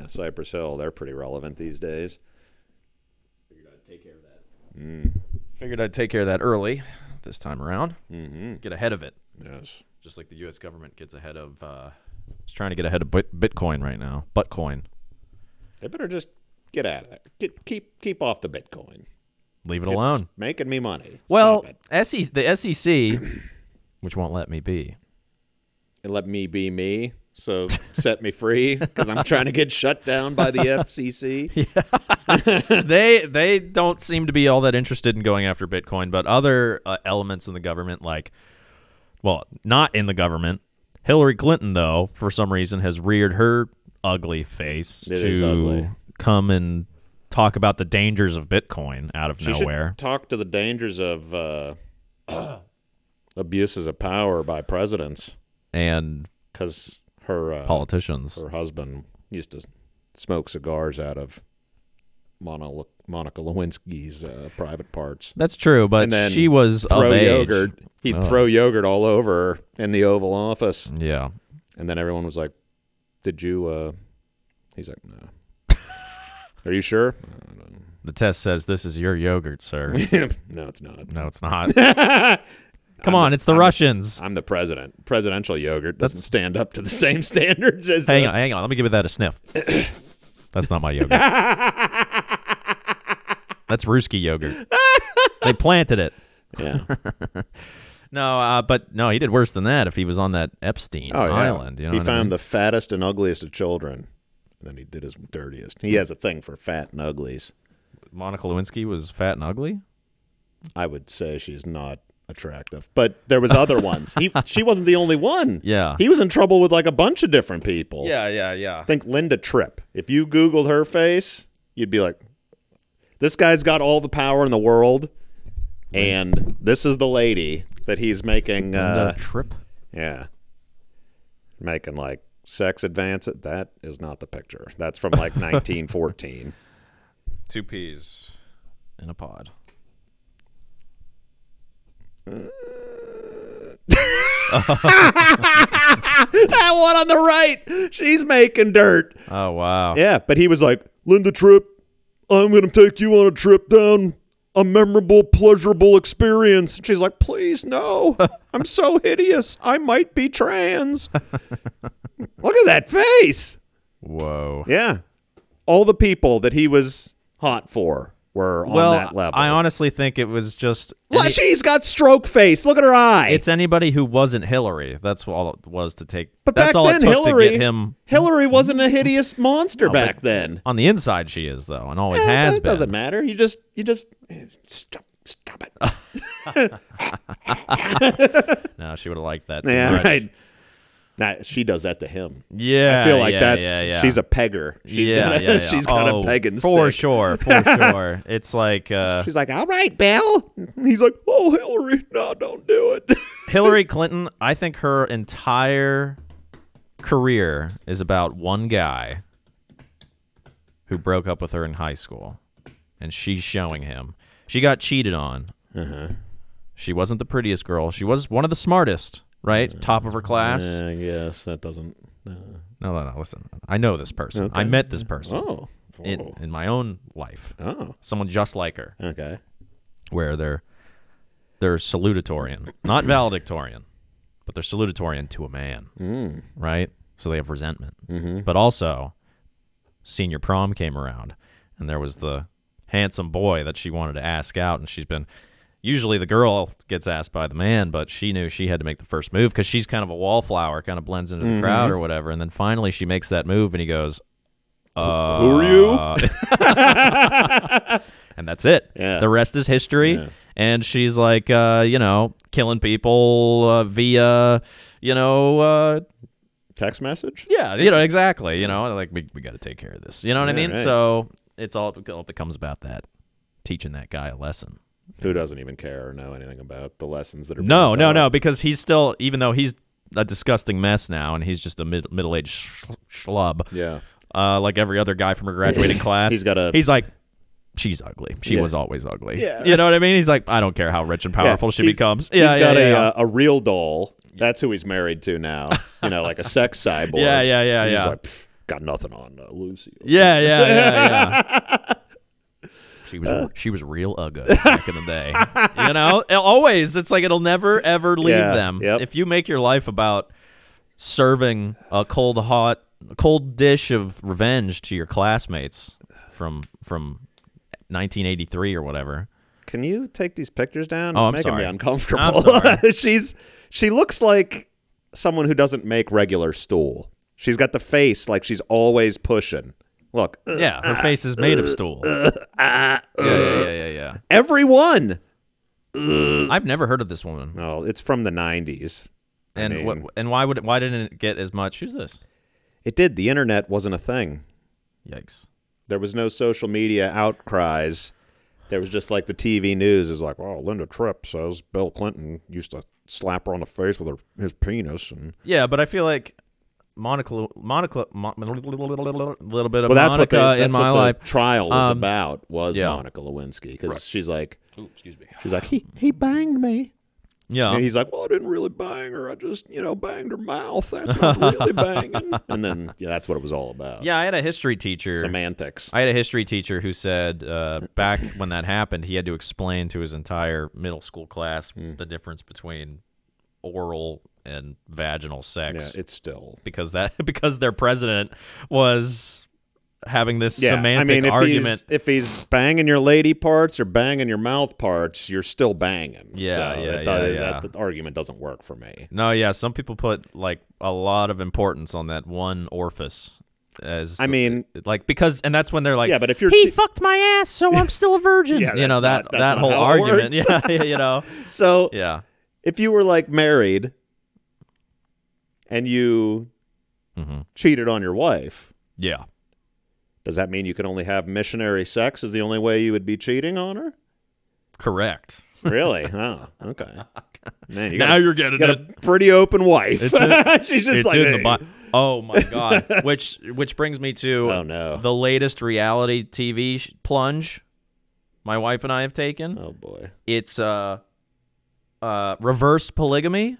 [SPEAKER 2] Cypress Hill, they're pretty relevant these days.
[SPEAKER 1] Figured I'd take care of that early this time around.
[SPEAKER 2] Mm-hmm.
[SPEAKER 1] Get ahead of it,
[SPEAKER 2] Yes.
[SPEAKER 1] just like the U.S. government gets ahead of. Uh, it's trying to get ahead of Bit- Bitcoin right now. Buttcoin,
[SPEAKER 2] They better just get out of there. Get, keep keep off the Bitcoin.
[SPEAKER 1] leave it
[SPEAKER 2] It's
[SPEAKER 1] alone.
[SPEAKER 2] making me money.
[SPEAKER 1] Well,
[SPEAKER 2] Stop it.
[SPEAKER 1] SEC, the SEC, which won't let me be.
[SPEAKER 2] and let me be me. So set me free because I'm trying to get shut down by the FCC.
[SPEAKER 1] they they don't seem to be all that interested in going after Bitcoin, but other uh, elements in the government, like, well, not in the government. Hillary Clinton, though, for some reason, has reared her ugly face
[SPEAKER 2] It is
[SPEAKER 1] to
[SPEAKER 2] ugly.
[SPEAKER 1] come and talk about the dangers of Bitcoin out of
[SPEAKER 2] She should
[SPEAKER 1] nowhere.
[SPEAKER 2] talk to the dangers of uh, abuses of power by presidents
[SPEAKER 1] And
[SPEAKER 2] because her uh,
[SPEAKER 1] politicians.
[SPEAKER 2] her husband used to smoke cigars out of Mono, Monica Lewinsky's uh, private parts.
[SPEAKER 1] That's true, but
[SPEAKER 2] And then
[SPEAKER 1] she was
[SPEAKER 2] Throw
[SPEAKER 1] of age. Oh.
[SPEAKER 2] yogurt. He'd throw yogurt all over her in the Oval Office.
[SPEAKER 1] Yeah.
[SPEAKER 2] And then everyone was like, "Did you?" uh He's like, "No." Are you sure? "I don't
[SPEAKER 1] The test says this is your yogurt, sir.
[SPEAKER 2] know." no, it's not.
[SPEAKER 1] no, it's not. Come on, it's the Russians.
[SPEAKER 2] I'm the president. Presidential yogurt doesn't stand up to the same standards as.
[SPEAKER 1] Hang
[SPEAKER 2] uh,
[SPEAKER 1] on, hang on. Let me give that a sniff. That's not my yogurt. That's Ruski yogurt. They planted it.
[SPEAKER 2] Yeah.
[SPEAKER 1] No, uh, but no, he did worse than that. If he was on that Epstein
[SPEAKER 2] Oh, yeah.
[SPEAKER 1] island, you know,
[SPEAKER 2] he
[SPEAKER 1] what
[SPEAKER 2] found
[SPEAKER 1] I mean?
[SPEAKER 2] the fattest and ugliest of children. And then he did his dirtiest. He has a thing for fat and uglies.
[SPEAKER 1] Monica Lewinsky was fat and ugly.
[SPEAKER 2] I would say she's not attractive, but there was other ones. He, she wasn't the only one.
[SPEAKER 1] Yeah.
[SPEAKER 2] He was in trouble with like a bunch of different people.
[SPEAKER 1] yeah, yeah.
[SPEAKER 2] think Linda Tripp. If you Googled her face, you'd be like, this guy's got all the power in the world, and this is the lady that he's making. Uh,
[SPEAKER 1] trip.
[SPEAKER 2] yeah, making like sex advances. That is not the picture. That's from like 1914.
[SPEAKER 1] Two peas in a pod.
[SPEAKER 2] that one on the right, she's making dirt.
[SPEAKER 1] Oh wow.
[SPEAKER 2] Yeah, but he was like, Linda Tripp, I'm going to take you on a trip down a memorable, pleasurable experience. And she's like, please, no. I'm so hideous. I might be trans. Look at that face.
[SPEAKER 1] Whoa.
[SPEAKER 2] Yeah. All the people that he was hot for were
[SPEAKER 1] well,
[SPEAKER 2] on that level.
[SPEAKER 1] I honestly think it was just.
[SPEAKER 2] Well, she's got stroke face. Look at her eye.
[SPEAKER 1] It's anybody who wasn't Hillary. That's all it was to take.
[SPEAKER 2] but
[SPEAKER 1] that's
[SPEAKER 2] back
[SPEAKER 1] all
[SPEAKER 2] then,
[SPEAKER 1] it took
[SPEAKER 2] Hillary,
[SPEAKER 1] to get him
[SPEAKER 2] Hillary wasn't a hideous monster
[SPEAKER 1] but-
[SPEAKER 2] back then.
[SPEAKER 1] on the inside. She is though, and always
[SPEAKER 2] Eh,
[SPEAKER 1] has
[SPEAKER 2] that
[SPEAKER 1] been.
[SPEAKER 2] doesn't matter. You just you just stop stop it.
[SPEAKER 1] No, she would have liked that. Too
[SPEAKER 2] Yeah,
[SPEAKER 1] much.
[SPEAKER 2] right. Nah, she does that to him.
[SPEAKER 1] Yeah,
[SPEAKER 2] I feel like
[SPEAKER 1] Uh, yeah,
[SPEAKER 2] that's
[SPEAKER 1] yeah, yeah.
[SPEAKER 2] she's a pegger. She's
[SPEAKER 1] yeah,
[SPEAKER 2] got a,
[SPEAKER 1] yeah, yeah.
[SPEAKER 2] she's got
[SPEAKER 1] Oh,
[SPEAKER 2] a pegging
[SPEAKER 1] for
[SPEAKER 2] stick.
[SPEAKER 1] sure, for sure. It's like uh,
[SPEAKER 2] She's like, all right, Bill. And he's like, oh, Hillary, no, don't do it.
[SPEAKER 1] Hillary Clinton. I think her entire career is about one guy who broke up with her in high school, and she's showing him she got cheated on.
[SPEAKER 2] Uh-huh.
[SPEAKER 1] She wasn't the prettiest girl. She was one of the smartest, right?
[SPEAKER 2] Uh-huh.
[SPEAKER 1] Top of her class.
[SPEAKER 2] I guess that doesn't.
[SPEAKER 1] No, no, no. Listen, I know this person. I met this person
[SPEAKER 2] oh,
[SPEAKER 1] in, in my own life.
[SPEAKER 2] oh,
[SPEAKER 1] Someone just like her,
[SPEAKER 2] okay.
[SPEAKER 1] where they're they're salutatorian, not valedictorian, but they're salutatorian to a man,
[SPEAKER 2] Hmm.
[SPEAKER 1] right? So they have resentment,
[SPEAKER 2] Mm-hmm.
[SPEAKER 1] but also senior prom came around, and there was the handsome boy that she wanted to ask out, and she's been. Usually the girl gets asked by the man, but she knew she had to make the first move because she's kind of a wallflower, kind of blends into the
[SPEAKER 2] Mm-hmm.
[SPEAKER 1] crowd or whatever. And then finally she makes that move, and he goes, uh,
[SPEAKER 2] Who are you?
[SPEAKER 1] and that's it.
[SPEAKER 2] Yeah.
[SPEAKER 1] The rest is history.
[SPEAKER 2] Yeah.
[SPEAKER 1] And she's like, uh, you know, killing people uh, via, you know, uh,
[SPEAKER 2] Text message.
[SPEAKER 1] yeah, you know, exactly. You know, like we, we got to take care of this. You know what I
[SPEAKER 2] Yeah,
[SPEAKER 1] mean?
[SPEAKER 2] right.
[SPEAKER 1] So it's all it all becomes about that teaching that guy a lesson.
[SPEAKER 2] Who doesn't even care or know anything about the lessons that are?
[SPEAKER 1] No,
[SPEAKER 2] being
[SPEAKER 1] no,
[SPEAKER 2] taught?
[SPEAKER 1] no, because he's still, even though he's a disgusting mess now, and he's just a mid, middle-aged sh- schlub,
[SPEAKER 2] Yeah,
[SPEAKER 1] uh, like every other guy from her graduating class.
[SPEAKER 2] He's got a-
[SPEAKER 1] He's like, she's ugly. She
[SPEAKER 2] Yeah.
[SPEAKER 1] was always ugly.
[SPEAKER 2] Yeah.
[SPEAKER 1] You know what I mean? He's like, I don't care how rich and powerful she
[SPEAKER 2] he's-
[SPEAKER 1] becomes. Yeah,
[SPEAKER 2] he's
[SPEAKER 1] yeah,
[SPEAKER 2] got
[SPEAKER 1] yeah,
[SPEAKER 2] a,
[SPEAKER 1] yeah.
[SPEAKER 2] uh, a real doll. That's who he's married to now. You know, like a sex cyborg.
[SPEAKER 1] Yeah, yeah, yeah,
[SPEAKER 2] He's
[SPEAKER 1] yeah.
[SPEAKER 2] like, "Pff, got nothing on uh, Lucy.
[SPEAKER 1] yeah, yeah, yeah, yeah. She was she was real ugly back in the day. You know, It- always it's like it'll never ever leave
[SPEAKER 2] Yeah,
[SPEAKER 1] them.
[SPEAKER 2] yep.
[SPEAKER 1] If you make your life about serving a cold hot cold dish of revenge to your classmates from from 1983 or whatever.
[SPEAKER 2] Can you take these pictures down?
[SPEAKER 1] Oh,
[SPEAKER 2] it's
[SPEAKER 1] I'm
[SPEAKER 2] making
[SPEAKER 1] sorry.
[SPEAKER 2] me
[SPEAKER 1] I'm
[SPEAKER 2] uncomfortable.
[SPEAKER 1] sorry.
[SPEAKER 2] She's she looks like someone who doesn't make regular stool. She's got the face like she's always pushing. Look, ugh,
[SPEAKER 1] Yeah, her face is made of stool.
[SPEAKER 2] Uh,
[SPEAKER 1] Yeah, yeah, yeah, yeah,
[SPEAKER 2] everyone.
[SPEAKER 1] yeah. I've never heard of this woman.
[SPEAKER 2] No, it's from the '90s. I
[SPEAKER 1] And
[SPEAKER 2] mean-
[SPEAKER 1] what, and why would it, why didn't it get as much? Who's this?
[SPEAKER 2] It did. The internet wasn't a thing.
[SPEAKER 1] Yikes.
[SPEAKER 2] There was no social media outcries. There was just like the TV news. It was like, well, Linda Tripp says Bill Clinton used to slap her on the face with her, his penis. And
[SPEAKER 1] Yeah, but I feel like Monica, Monica, Mon- little bit of
[SPEAKER 2] well, that's
[SPEAKER 1] Monica
[SPEAKER 2] what the,
[SPEAKER 1] in
[SPEAKER 2] that's what
[SPEAKER 1] my
[SPEAKER 2] the
[SPEAKER 1] life.
[SPEAKER 2] trial was
[SPEAKER 1] Um,
[SPEAKER 2] about was
[SPEAKER 1] yeah.
[SPEAKER 2] Monica Lewinsky because she's like, she's like he he banged me.
[SPEAKER 1] Yeah,
[SPEAKER 2] And he's like, well, I didn't really bang her. I just you know banged her mouth. That's not really banging. And then yeah, that's what it was all about.
[SPEAKER 1] yeah. I had a history teacher.
[SPEAKER 2] semantics.
[SPEAKER 1] I had a history teacher who said uh, back when that happened, he had to explain to his entire middle school class
[SPEAKER 2] Hmm.
[SPEAKER 1] the difference between oral and vaginal
[SPEAKER 2] Yeah,
[SPEAKER 1] sex
[SPEAKER 2] it's still
[SPEAKER 1] because that because their president was having this semantic
[SPEAKER 2] I mean, if
[SPEAKER 1] argument.
[SPEAKER 2] He's, if he's banging your lady parts or banging your mouth parts, you're still banging.
[SPEAKER 1] Yeah,
[SPEAKER 2] so
[SPEAKER 1] yeah,
[SPEAKER 2] it
[SPEAKER 1] yeah,
[SPEAKER 2] does-
[SPEAKER 1] yeah.
[SPEAKER 2] That, that argument doesn't work for me.
[SPEAKER 1] No, yeah, some people put like a lot of importance on that one orifice. As
[SPEAKER 2] I mean,
[SPEAKER 1] like because and that's when they're like
[SPEAKER 2] Yeah, but if you're
[SPEAKER 1] he
[SPEAKER 2] che-
[SPEAKER 1] fucked my ass so i'm still a virgin
[SPEAKER 2] Yeah,
[SPEAKER 1] you know that
[SPEAKER 2] that's not- that's
[SPEAKER 1] that
[SPEAKER 2] not
[SPEAKER 1] whole
[SPEAKER 2] how it
[SPEAKER 1] argument
[SPEAKER 2] works.
[SPEAKER 1] yeah yeah, you know
[SPEAKER 2] so
[SPEAKER 1] yeah
[SPEAKER 2] if you were like married and you
[SPEAKER 1] Mhm.
[SPEAKER 2] cheated on your wife,
[SPEAKER 1] yeah
[SPEAKER 2] does that mean you can only have missionary sex? Is the only way you would be cheating on her?
[SPEAKER 1] correct
[SPEAKER 2] Really? oh, okay. Man, you
[SPEAKER 1] now
[SPEAKER 2] got, a-
[SPEAKER 1] you're getting
[SPEAKER 2] you got
[SPEAKER 1] it
[SPEAKER 2] a pretty open wife.
[SPEAKER 1] It's in-
[SPEAKER 2] She's just
[SPEAKER 1] it's
[SPEAKER 2] like,
[SPEAKER 1] in the
[SPEAKER 2] "Hey."
[SPEAKER 1] bi- oh my god which which brings me to
[SPEAKER 2] Oh, no.
[SPEAKER 1] the latest reality tv sh- plunge my wife and i have taken
[SPEAKER 2] Oh boy.
[SPEAKER 1] it's uh uh reverse polygamy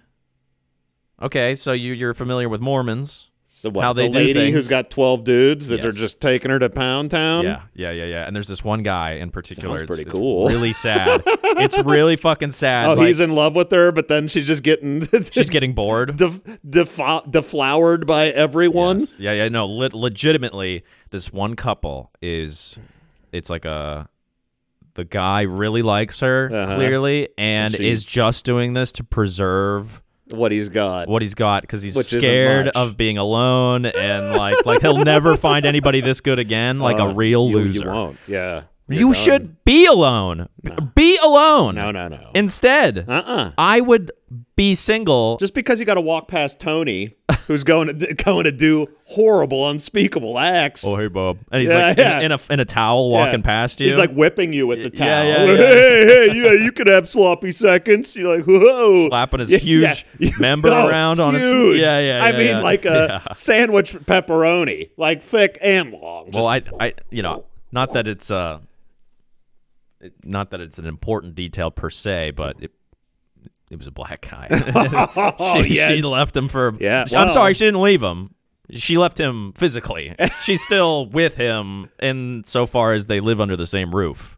[SPEAKER 1] okay so you you're familiar with mormons
[SPEAKER 2] So what?
[SPEAKER 1] how
[SPEAKER 2] it's
[SPEAKER 1] they
[SPEAKER 2] a
[SPEAKER 1] do
[SPEAKER 2] lady
[SPEAKER 1] things.
[SPEAKER 2] who's got twelve dudes that are
[SPEAKER 1] Yes.
[SPEAKER 2] just taking her to Pound Town.
[SPEAKER 1] yeah, yeah, yeah, yeah. And there's this one guy in particular.
[SPEAKER 2] Sounds
[SPEAKER 1] it's-
[SPEAKER 2] pretty
[SPEAKER 1] it's
[SPEAKER 2] cool.
[SPEAKER 1] Really sad. it's really fucking sad.
[SPEAKER 2] Oh,
[SPEAKER 1] like,
[SPEAKER 2] he's in love with her, but then she's just getting
[SPEAKER 1] she's getting bored.
[SPEAKER 2] def- defa- deflowered by everyone.
[SPEAKER 1] Yes. Yeah, yeah. No, le- legitimately, this one couple is. It's like a. The guy really likes her
[SPEAKER 2] Uh-huh.
[SPEAKER 1] clearly, and
[SPEAKER 2] She-
[SPEAKER 1] is just doing this to preserve
[SPEAKER 2] What he's got.
[SPEAKER 1] what he's got because he's
[SPEAKER 2] Which isn't
[SPEAKER 1] scared
[SPEAKER 2] much.
[SPEAKER 1] of being alone and like like he'll never find anybody this good again, like
[SPEAKER 2] Uh,
[SPEAKER 1] a real
[SPEAKER 2] you- you
[SPEAKER 1] loser.
[SPEAKER 2] won't. Yeah.
[SPEAKER 1] you
[SPEAKER 2] done.
[SPEAKER 1] should be alone. B- Be alone.
[SPEAKER 2] No, no, no.
[SPEAKER 1] Instead,
[SPEAKER 2] uh uh
[SPEAKER 1] I would be single.
[SPEAKER 2] Just because you got to walk past Tony, who's going to going to do horrible, unspeakable acts.
[SPEAKER 1] oh, hey, Bob. And he's
[SPEAKER 2] Yeah,
[SPEAKER 1] like in-
[SPEAKER 2] yeah.
[SPEAKER 1] In, a in a towel
[SPEAKER 2] Yeah.
[SPEAKER 1] walking past you.
[SPEAKER 2] He's like whipping you with the towel.
[SPEAKER 1] yeah, yeah.
[SPEAKER 2] Hey, hey, yeah, you could have sloppy seconds. You're like, whoa.
[SPEAKER 1] slapping his
[SPEAKER 2] Yeah,
[SPEAKER 1] huge
[SPEAKER 2] yeah.
[SPEAKER 1] member
[SPEAKER 2] No,
[SPEAKER 1] around on
[SPEAKER 2] huge.
[SPEAKER 1] his. Yeah, yeah.
[SPEAKER 2] I
[SPEAKER 1] yeah,
[SPEAKER 2] mean,
[SPEAKER 1] yeah.
[SPEAKER 2] like a sandwich pepperoni, like thick and long. Just-
[SPEAKER 1] Well, I, I, you know, not that it's uh, it- not that it's an important detail per se, but it, it was a black guy.
[SPEAKER 2] oh,
[SPEAKER 1] she, she
[SPEAKER 2] yes.
[SPEAKER 1] left him for.
[SPEAKER 2] Yeah,
[SPEAKER 1] I'm
[SPEAKER 2] well-
[SPEAKER 1] sorry, she didn't leave him. She left him physically. She's still with him, in so far as they live under the same roof,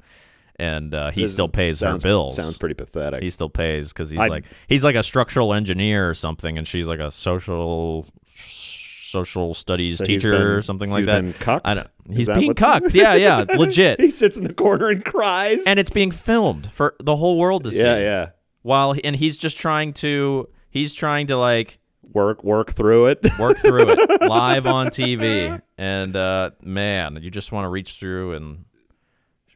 [SPEAKER 1] and uh, he
[SPEAKER 2] This
[SPEAKER 1] still pays
[SPEAKER 2] sounds-
[SPEAKER 1] her bills.
[SPEAKER 2] Sounds pretty pathetic.
[SPEAKER 1] he still pays because he's
[SPEAKER 2] I-
[SPEAKER 1] like he's like a structural engineer or something, and she's like a social social studies
[SPEAKER 2] So he's
[SPEAKER 1] teacher or
[SPEAKER 2] been-
[SPEAKER 1] something like
[SPEAKER 2] he's
[SPEAKER 1] that.
[SPEAKER 2] been cucked?
[SPEAKER 1] I don't.
[SPEAKER 2] Is
[SPEAKER 1] He's
[SPEAKER 2] that
[SPEAKER 1] being
[SPEAKER 2] what's-
[SPEAKER 1] cucked. Yeah, yeah, legit.
[SPEAKER 2] he sits in the corner and cries.
[SPEAKER 1] And it's being filmed for the whole world to see.
[SPEAKER 2] yeah, yeah.
[SPEAKER 1] While and he's just trying to he's trying to like
[SPEAKER 2] Work work through it.
[SPEAKER 1] work through it live on TV. And uh, man, you just want to reach through and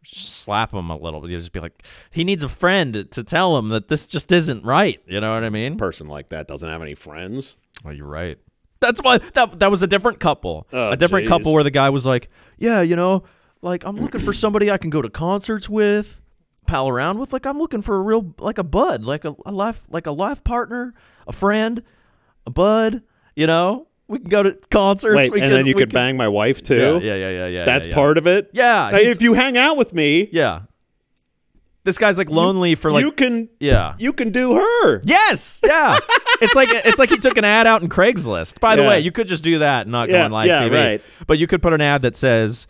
[SPEAKER 1] slap him a little. You just be like, he needs a friend to- to tell him that this just isn't right. You know what I mean?
[SPEAKER 2] person like that doesn't have any friends.
[SPEAKER 1] Oh, you're right. That's why that that was a different couple.
[SPEAKER 2] Oh,
[SPEAKER 1] a different
[SPEAKER 2] jeez.
[SPEAKER 1] couple where the guy was like, "Yeah, you know, like I'm looking for somebody I can go to concerts with, pal around with. Like I'm looking for a real like a bud, like a, a life like a life partner, a friend, a bud, you know? We can go to concerts,
[SPEAKER 2] Wait,
[SPEAKER 1] we
[SPEAKER 2] and
[SPEAKER 1] can,
[SPEAKER 2] then you
[SPEAKER 1] we
[SPEAKER 2] could bang my wife too.
[SPEAKER 1] Yeah, yeah, yeah, yeah, yeah.
[SPEAKER 2] That's
[SPEAKER 1] yeah, yeah.
[SPEAKER 2] part of it.
[SPEAKER 1] Yeah,
[SPEAKER 2] Hey,
[SPEAKER 1] he's-
[SPEAKER 2] if you hang out with me,
[SPEAKER 1] Yeah. This guy's like lonely for like
[SPEAKER 2] you can
[SPEAKER 1] yeah.
[SPEAKER 2] you can do her.
[SPEAKER 1] Yes. Yeah. it's like it's like he took an ad out in Craigslist. By the
[SPEAKER 2] Yeah.
[SPEAKER 1] way, you could just do that and not go
[SPEAKER 2] Yeah,
[SPEAKER 1] on live
[SPEAKER 2] yeah,
[SPEAKER 1] TV.
[SPEAKER 2] right.
[SPEAKER 1] But you could put an ad that says,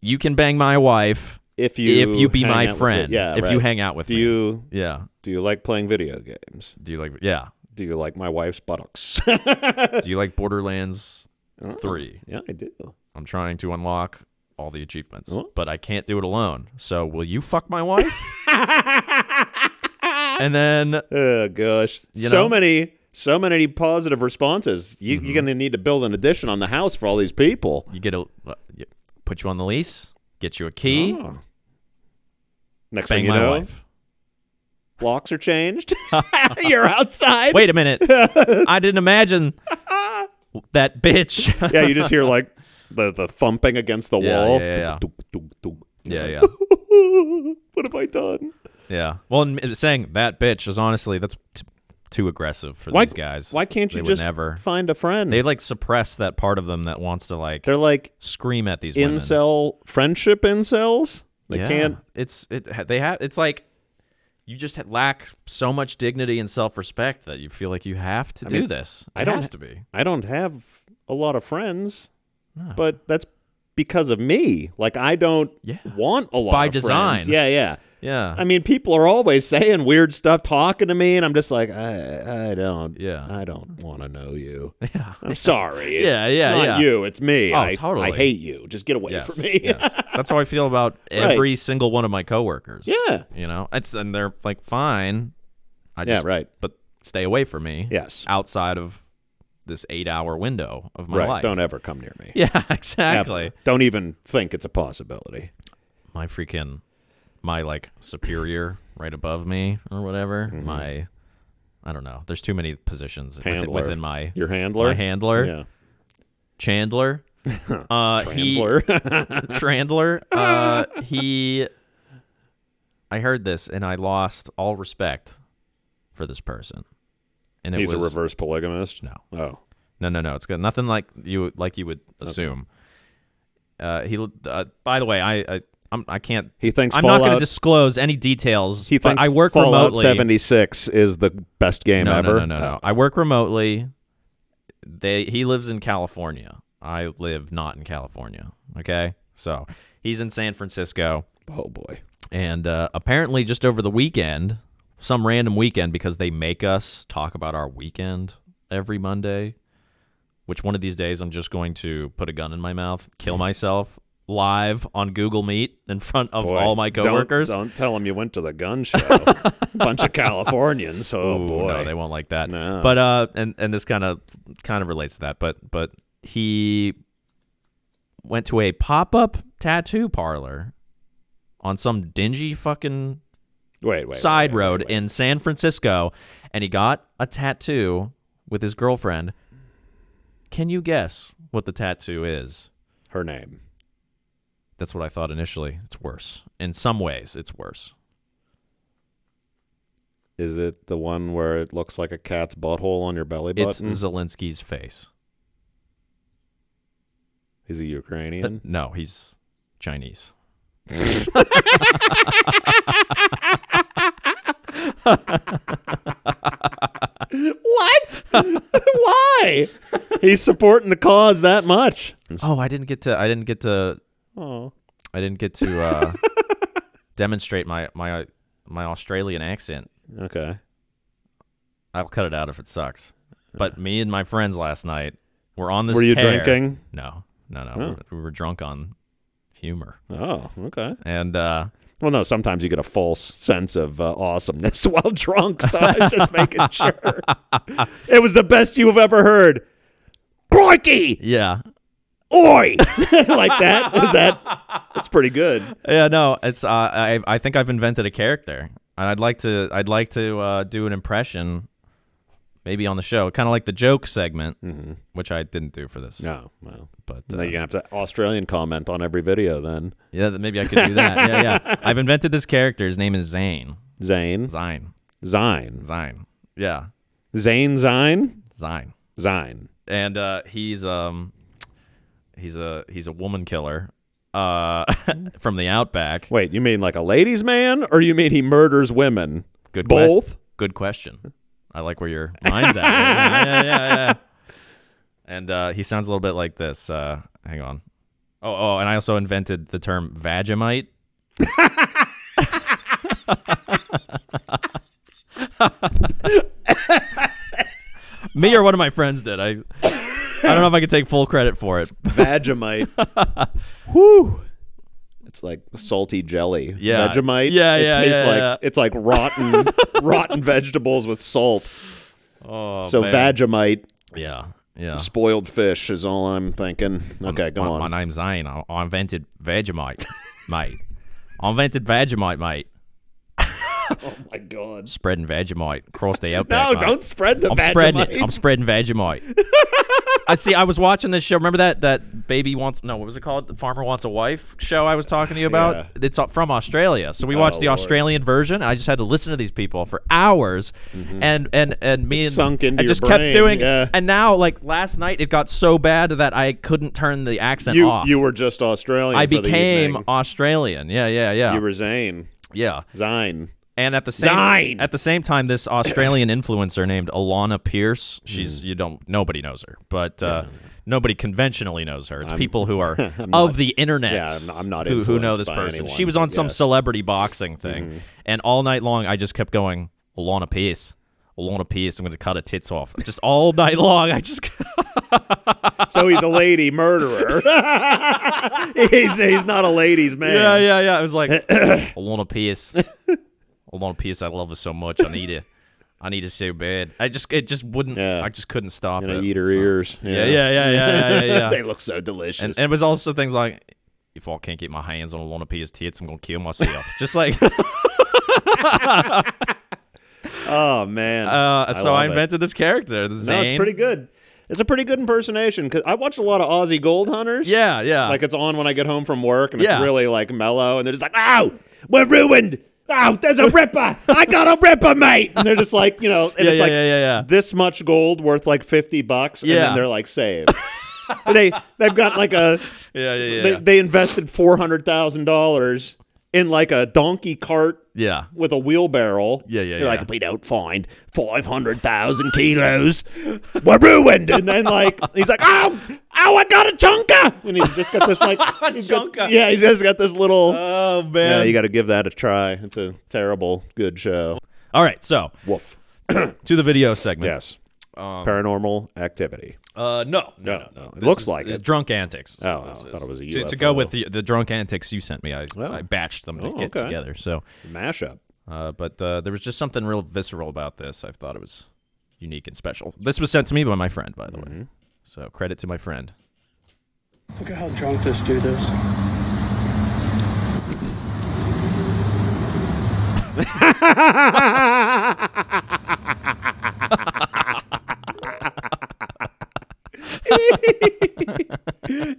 [SPEAKER 1] "You can bang my wife
[SPEAKER 2] If you
[SPEAKER 1] if you be
[SPEAKER 2] hang
[SPEAKER 1] my
[SPEAKER 2] out with
[SPEAKER 1] friend.
[SPEAKER 2] it. Yeah,
[SPEAKER 1] if
[SPEAKER 2] right.
[SPEAKER 1] you hang out with
[SPEAKER 2] Do
[SPEAKER 1] me.
[SPEAKER 2] you
[SPEAKER 1] yeah.
[SPEAKER 2] do you like playing video games?
[SPEAKER 1] Do you like yeah?
[SPEAKER 2] Do you like my wife's buttocks?
[SPEAKER 1] do you like Borderlands Three?
[SPEAKER 2] yeah, I do.
[SPEAKER 1] I'm trying to unlock all the achievements,
[SPEAKER 2] Oh.
[SPEAKER 1] but I can't do it alone. So will you fuck my wife? and then
[SPEAKER 2] Oh gosh,
[SPEAKER 1] you
[SPEAKER 2] so
[SPEAKER 1] know? Mm-hmm.
[SPEAKER 2] many, so many positive responses. You, You're going to need to build an addition on the house for all these people.
[SPEAKER 1] you get a put you on the lease, get you a key,
[SPEAKER 2] Oh. Next
[SPEAKER 1] bang
[SPEAKER 2] thing you
[SPEAKER 1] my
[SPEAKER 2] know,
[SPEAKER 1] wife.
[SPEAKER 2] locks are changed. You're outside.
[SPEAKER 1] wait a minute. I didn't imagine that bitch.
[SPEAKER 2] Yeah, you just hear like the the thumping against the
[SPEAKER 1] Yeah,
[SPEAKER 2] wall.
[SPEAKER 1] yeah, yeah.
[SPEAKER 2] Dunk, dunk, dunk, dunk.
[SPEAKER 1] yeah, yeah,
[SPEAKER 2] what have I done?
[SPEAKER 1] yeah. Well, and saying that bitch is honestly that's t- too aggressive for these guys.
[SPEAKER 2] Why can't you
[SPEAKER 1] They would
[SPEAKER 2] just
[SPEAKER 1] never?
[SPEAKER 2] find a friend?
[SPEAKER 1] They
[SPEAKER 2] They,
[SPEAKER 1] like suppress that part of them that wants to like
[SPEAKER 2] are like
[SPEAKER 1] scream at these women.
[SPEAKER 2] incel friendship incels. They
[SPEAKER 1] Yeah.
[SPEAKER 2] can't.
[SPEAKER 1] It's it. They have. It's like you just ha- lack so much dignity and self respect that you feel like you have to do
[SPEAKER 2] mean,
[SPEAKER 1] this. It
[SPEAKER 2] I don't
[SPEAKER 1] has
[SPEAKER 2] ha-
[SPEAKER 1] to be.
[SPEAKER 2] I don't have a lot of friends,
[SPEAKER 1] No.
[SPEAKER 2] but that's because of me. Like I don't
[SPEAKER 1] Yeah.
[SPEAKER 2] want a lot
[SPEAKER 1] by
[SPEAKER 2] of
[SPEAKER 1] design. Uh-huh.
[SPEAKER 2] friends. Yeah, yeah.
[SPEAKER 1] Yeah.
[SPEAKER 2] I mean, people are always saying weird stuff, talking to me, and I'm just like, I, I don't,
[SPEAKER 1] Yeah.
[SPEAKER 2] I don't want to know you.
[SPEAKER 1] yeah.
[SPEAKER 2] I'm sorry. It's
[SPEAKER 1] Yeah, yeah,
[SPEAKER 2] not
[SPEAKER 1] yeah.
[SPEAKER 2] you. It's me.
[SPEAKER 1] Oh,
[SPEAKER 2] I,
[SPEAKER 1] totally.
[SPEAKER 2] I hate you. Just get away
[SPEAKER 1] yes,
[SPEAKER 2] from me.
[SPEAKER 1] yes. That's how I feel about
[SPEAKER 2] Right.
[SPEAKER 1] every single one of my coworkers.
[SPEAKER 2] Yeah.
[SPEAKER 1] You know, it's and they're like fine. I
[SPEAKER 2] Yeah,
[SPEAKER 1] just
[SPEAKER 2] right.
[SPEAKER 1] but stay away from me.
[SPEAKER 2] Yes.
[SPEAKER 1] Outside of this 8-hour window of my
[SPEAKER 2] right.
[SPEAKER 1] life.
[SPEAKER 2] Don't ever come near me.
[SPEAKER 1] yeah,
[SPEAKER 2] Ever.
[SPEAKER 1] exactly.
[SPEAKER 2] Don't even think it's a possibility.
[SPEAKER 1] My freaking my like superior right above me or whatever.
[SPEAKER 2] Mm-hmm.
[SPEAKER 1] My I don't know. There's too many positions within,
[SPEAKER 2] Handler.
[SPEAKER 1] within my
[SPEAKER 2] Your handler.
[SPEAKER 1] my handler.
[SPEAKER 2] Yeah.
[SPEAKER 1] Chandler. Uh he
[SPEAKER 2] Handler.
[SPEAKER 1] Trandler, uh, he. I heard this and I lost all respect for this person. And it
[SPEAKER 2] He's
[SPEAKER 1] was
[SPEAKER 2] a reverse polygamist.
[SPEAKER 1] no,
[SPEAKER 2] Oh.
[SPEAKER 1] no, no, no. It's got nothing like you like you would assume. Uh, he. Uh, by the way, I, I I'm, I can't.
[SPEAKER 2] He thinks
[SPEAKER 1] I'm not going
[SPEAKER 2] Fallout-
[SPEAKER 1] to disclose any details.
[SPEAKER 2] He
[SPEAKER 1] but
[SPEAKER 2] thinks
[SPEAKER 1] I work
[SPEAKER 2] Fallout
[SPEAKER 1] remotely.
[SPEAKER 2] 76 is the best game
[SPEAKER 1] no,
[SPEAKER 2] ever.
[SPEAKER 1] No, no, no, no. I work remotely. They he lives in California. I live not in California. Okay, so he's in San Francisco.
[SPEAKER 2] Oh, boy.
[SPEAKER 1] And uh, apparently, just over the weekend, some random weekend, because they make us talk about our weekend every Monday, which one of these days I'm just going to put a gun in my mouth, kill myself live on Google Meet in front of
[SPEAKER 2] Boy,
[SPEAKER 1] all my
[SPEAKER 2] don't-
[SPEAKER 1] coworkers.
[SPEAKER 2] Don't, tell him you went to the gun show. Bunch of Californians. Oh
[SPEAKER 1] Ooh,
[SPEAKER 2] boy.
[SPEAKER 1] no, they won't like that.
[SPEAKER 2] No.
[SPEAKER 1] But uh, and and this kind of kind of relates to that. But but he went to a pop up tattoo parlor on some dingy fucking
[SPEAKER 2] Wait, wait.
[SPEAKER 1] side
[SPEAKER 2] wait, wait,
[SPEAKER 1] road
[SPEAKER 2] wait, wait.
[SPEAKER 1] in San Francisco and he got a tattoo with his girlfriend. Can you guess what the tattoo is?
[SPEAKER 2] Her name.
[SPEAKER 1] That's what I thought initially. It's worse. In some ways, it's worse.
[SPEAKER 2] Is it the one where it looks like a cat's butthole on your belly
[SPEAKER 1] It's
[SPEAKER 2] button?
[SPEAKER 1] Zelensky's face.
[SPEAKER 2] He's a Ukrainian.
[SPEAKER 1] No, he's Chinese.
[SPEAKER 2] what? Why? He's supporting the cause that much.
[SPEAKER 1] Oh, I didn't get to I didn't get to
[SPEAKER 2] Oh.
[SPEAKER 1] I didn't get to uh, demonstrate my my my Australian accent.
[SPEAKER 2] Okay.
[SPEAKER 1] I'll cut it out if it sucks. But me and my friends last night were on this
[SPEAKER 2] Were you
[SPEAKER 1] tear.
[SPEAKER 2] drinking?
[SPEAKER 1] No, no, no.
[SPEAKER 2] Oh.
[SPEAKER 1] We were drunk on humor,
[SPEAKER 2] Oh, okay.
[SPEAKER 1] and uh,
[SPEAKER 2] Well, no, sometimes you get a false sense of uh, awesomeness while drunk, so I'm just making sure. It was the best you've ever heard. Crikey!
[SPEAKER 1] yeah,
[SPEAKER 2] Oi! like that? Is that? That's pretty good.
[SPEAKER 1] yeah. No, it's uh, I I think I've invented a character, and I'd like to I'd like to uh, do an impression, maybe on the show, kind of like the joke segment, which I didn't do for this.
[SPEAKER 2] No, well.
[SPEAKER 1] but
[SPEAKER 2] Then
[SPEAKER 1] uh,
[SPEAKER 2] you're going to have to Australian comment on every video then.
[SPEAKER 1] yeah, th- maybe I could do that. yeah, yeah. I've invented this character. His name is Zane.
[SPEAKER 2] Zane.
[SPEAKER 1] Zine.
[SPEAKER 2] Zine.
[SPEAKER 1] Zine. Yeah,
[SPEAKER 2] Zane Zine?
[SPEAKER 1] Zine.
[SPEAKER 2] Zine.
[SPEAKER 1] and uh, he's um he's a he's a woman killer uh from the outback.
[SPEAKER 2] Wait, you mean like a ladies' man, or you mean he murders women?
[SPEAKER 1] Good que-
[SPEAKER 2] Both.
[SPEAKER 1] good question. I like where your mind's at. yeah, yeah, yeah, yeah. And uh, he sounds a little bit like this. Uh, hang on. Oh, oh, and I also invented the term Vagemite. Me or one of my friends did. I I don't know if I could take full credit for it.
[SPEAKER 2] Vegemite. Whew. It's like salty jelly.
[SPEAKER 1] Yeah.
[SPEAKER 2] Vegemite.
[SPEAKER 1] Yeah,
[SPEAKER 2] it
[SPEAKER 1] yeah,
[SPEAKER 2] tastes
[SPEAKER 1] yeah,
[SPEAKER 2] like
[SPEAKER 1] yeah.
[SPEAKER 2] it's like rotten rotten vegetables with salt.
[SPEAKER 1] Oh,
[SPEAKER 2] so
[SPEAKER 1] man.
[SPEAKER 2] Vegemite,
[SPEAKER 1] Yeah, yeah.
[SPEAKER 2] spoiled fish is all I'm thinking. Okay, go
[SPEAKER 1] my,
[SPEAKER 2] on.
[SPEAKER 1] My name's Zane. I, I invented Vegemite, mate. I invented Vegemite, mate.
[SPEAKER 2] Oh my god.
[SPEAKER 1] Spreading Vegemite across the
[SPEAKER 2] No,
[SPEAKER 1] outback. mate.
[SPEAKER 2] don't spread the
[SPEAKER 1] I'm
[SPEAKER 2] Vegemite.
[SPEAKER 1] spreading it. I'm spreading Vegemite. I see. I was watching this show. Remember that that baby wants no. What was it called? The farmer wants a wife show. I was talking to you about.
[SPEAKER 2] Yeah. Oh,
[SPEAKER 1] It's from Australia. So we watched the
[SPEAKER 2] Lord.
[SPEAKER 1] Australian version. I just had to listen to these people for hours, and and and me and
[SPEAKER 2] Mm-hmm. sunk
[SPEAKER 1] I
[SPEAKER 2] into your
[SPEAKER 1] just kept
[SPEAKER 2] brain,
[SPEAKER 1] doing.
[SPEAKER 2] yeah.
[SPEAKER 1] And now, like last night, it got so bad that I couldn't turn the accent
[SPEAKER 2] you
[SPEAKER 1] off.
[SPEAKER 2] you were just Australian.
[SPEAKER 1] I
[SPEAKER 2] for the
[SPEAKER 1] became
[SPEAKER 2] evening.
[SPEAKER 1] Australian. Yeah, yeah, yeah,
[SPEAKER 2] you were Zane.
[SPEAKER 1] yeah.
[SPEAKER 2] Zine.
[SPEAKER 1] And at the same
[SPEAKER 2] Zine!
[SPEAKER 1] at the same time, this Australian influencer named Alana Pierce.
[SPEAKER 2] Mm.
[SPEAKER 1] She's you don't nobody knows her, but uh, nobody conventionally knows her. It's people who are of the internet.
[SPEAKER 2] Yeah, I'm- I'm not
[SPEAKER 1] who, who know
[SPEAKER 2] influenced
[SPEAKER 1] this
[SPEAKER 2] by
[SPEAKER 1] person.
[SPEAKER 2] anyone, Mm-hmm.
[SPEAKER 1] she was on
[SPEAKER 2] but
[SPEAKER 1] some
[SPEAKER 2] yes.
[SPEAKER 1] celebrity boxing thing, and all night long, I just kept going Alana Pierce. Alana Pierce. I'm going to cut her tits off. Just all night long, I just.
[SPEAKER 2] So he's a lady murderer. he's, he's not a ladies' man.
[SPEAKER 1] Yeah, yeah, yeah. It was like Alona Pierce. Alona Pierce, I love her so much. I need her. I need her so bad. I just it just wouldn't
[SPEAKER 2] Yeah.
[SPEAKER 1] I just couldn't stop
[SPEAKER 2] Gonna
[SPEAKER 1] it.
[SPEAKER 2] eat her
[SPEAKER 1] so-
[SPEAKER 2] ears.
[SPEAKER 1] Yeah, yeah, yeah, yeah, yeah, yeah.
[SPEAKER 2] they
[SPEAKER 1] yeah.
[SPEAKER 2] look so delicious.
[SPEAKER 1] and, and it was also things like if I can't get my hands on Alona Pierce tits, I'm gonna kill myself. just like uh,
[SPEAKER 2] oh man.
[SPEAKER 1] uh, so I,
[SPEAKER 2] love it.
[SPEAKER 1] invented this character. This
[SPEAKER 2] No, it's
[SPEAKER 1] Zane.
[SPEAKER 2] pretty good. It's a pretty good impersonation because I watch a lot of Aussie gold hunters.
[SPEAKER 1] Yeah, yeah.
[SPEAKER 2] Like it's on when I get home from work and
[SPEAKER 1] Yeah.
[SPEAKER 2] it's really like mellow and they're just like, oh, we're ruined. Oh, there's a ripper. I got a ripper, mate. And they're just like, you know, and
[SPEAKER 1] Yeah,
[SPEAKER 2] it's
[SPEAKER 1] yeah,
[SPEAKER 2] like
[SPEAKER 1] yeah, yeah, yeah.
[SPEAKER 2] this much gold worth like 50 bucks. And
[SPEAKER 1] Yeah.
[SPEAKER 2] then they're like, saved. And they, they've got like a,
[SPEAKER 1] yeah, yeah, yeah.
[SPEAKER 2] they, they invested $400,000 in like a donkey cart
[SPEAKER 1] yeah.
[SPEAKER 2] with a wheelbarrow.
[SPEAKER 1] Yeah, yeah,
[SPEAKER 2] You're
[SPEAKER 1] yeah.
[SPEAKER 2] like, we don't find 500,000 kilos. We're ruined. And then, like, he's like, oh, oh, I got a chunker. And he's just got this, like, he's got-
[SPEAKER 1] Chunker.
[SPEAKER 2] yeah, he's just got this little.
[SPEAKER 1] Oh
[SPEAKER 2] yeah,
[SPEAKER 1] man.
[SPEAKER 2] you got to give that a try. It's a terrible, good show.
[SPEAKER 1] all right, so
[SPEAKER 2] Woof.
[SPEAKER 1] to the video segment.
[SPEAKER 2] Yes.
[SPEAKER 1] Um,
[SPEAKER 2] Paranormal activity.
[SPEAKER 1] Uh no, no, no,
[SPEAKER 2] No,
[SPEAKER 1] no.
[SPEAKER 2] it
[SPEAKER 1] This
[SPEAKER 2] looks
[SPEAKER 1] is-
[SPEAKER 2] like
[SPEAKER 1] it's
[SPEAKER 2] it.
[SPEAKER 1] drunk antics.
[SPEAKER 2] Oh, I thought it was a
[SPEAKER 1] to,
[SPEAKER 2] UFO.
[SPEAKER 1] to go with the, the drunk antics you sent me, I,
[SPEAKER 2] Oh.
[SPEAKER 1] I batched them to
[SPEAKER 2] Oh,
[SPEAKER 1] get
[SPEAKER 2] okay.
[SPEAKER 1] together. So,
[SPEAKER 2] mashup.
[SPEAKER 1] uh, but uh, there was just something real visceral about this. I thought it was unique and special. This was sent to me by my friend, by the
[SPEAKER 2] Mm-hmm.
[SPEAKER 1] way. So credit to my friend.
[SPEAKER 3] Look at how drunk this dude is.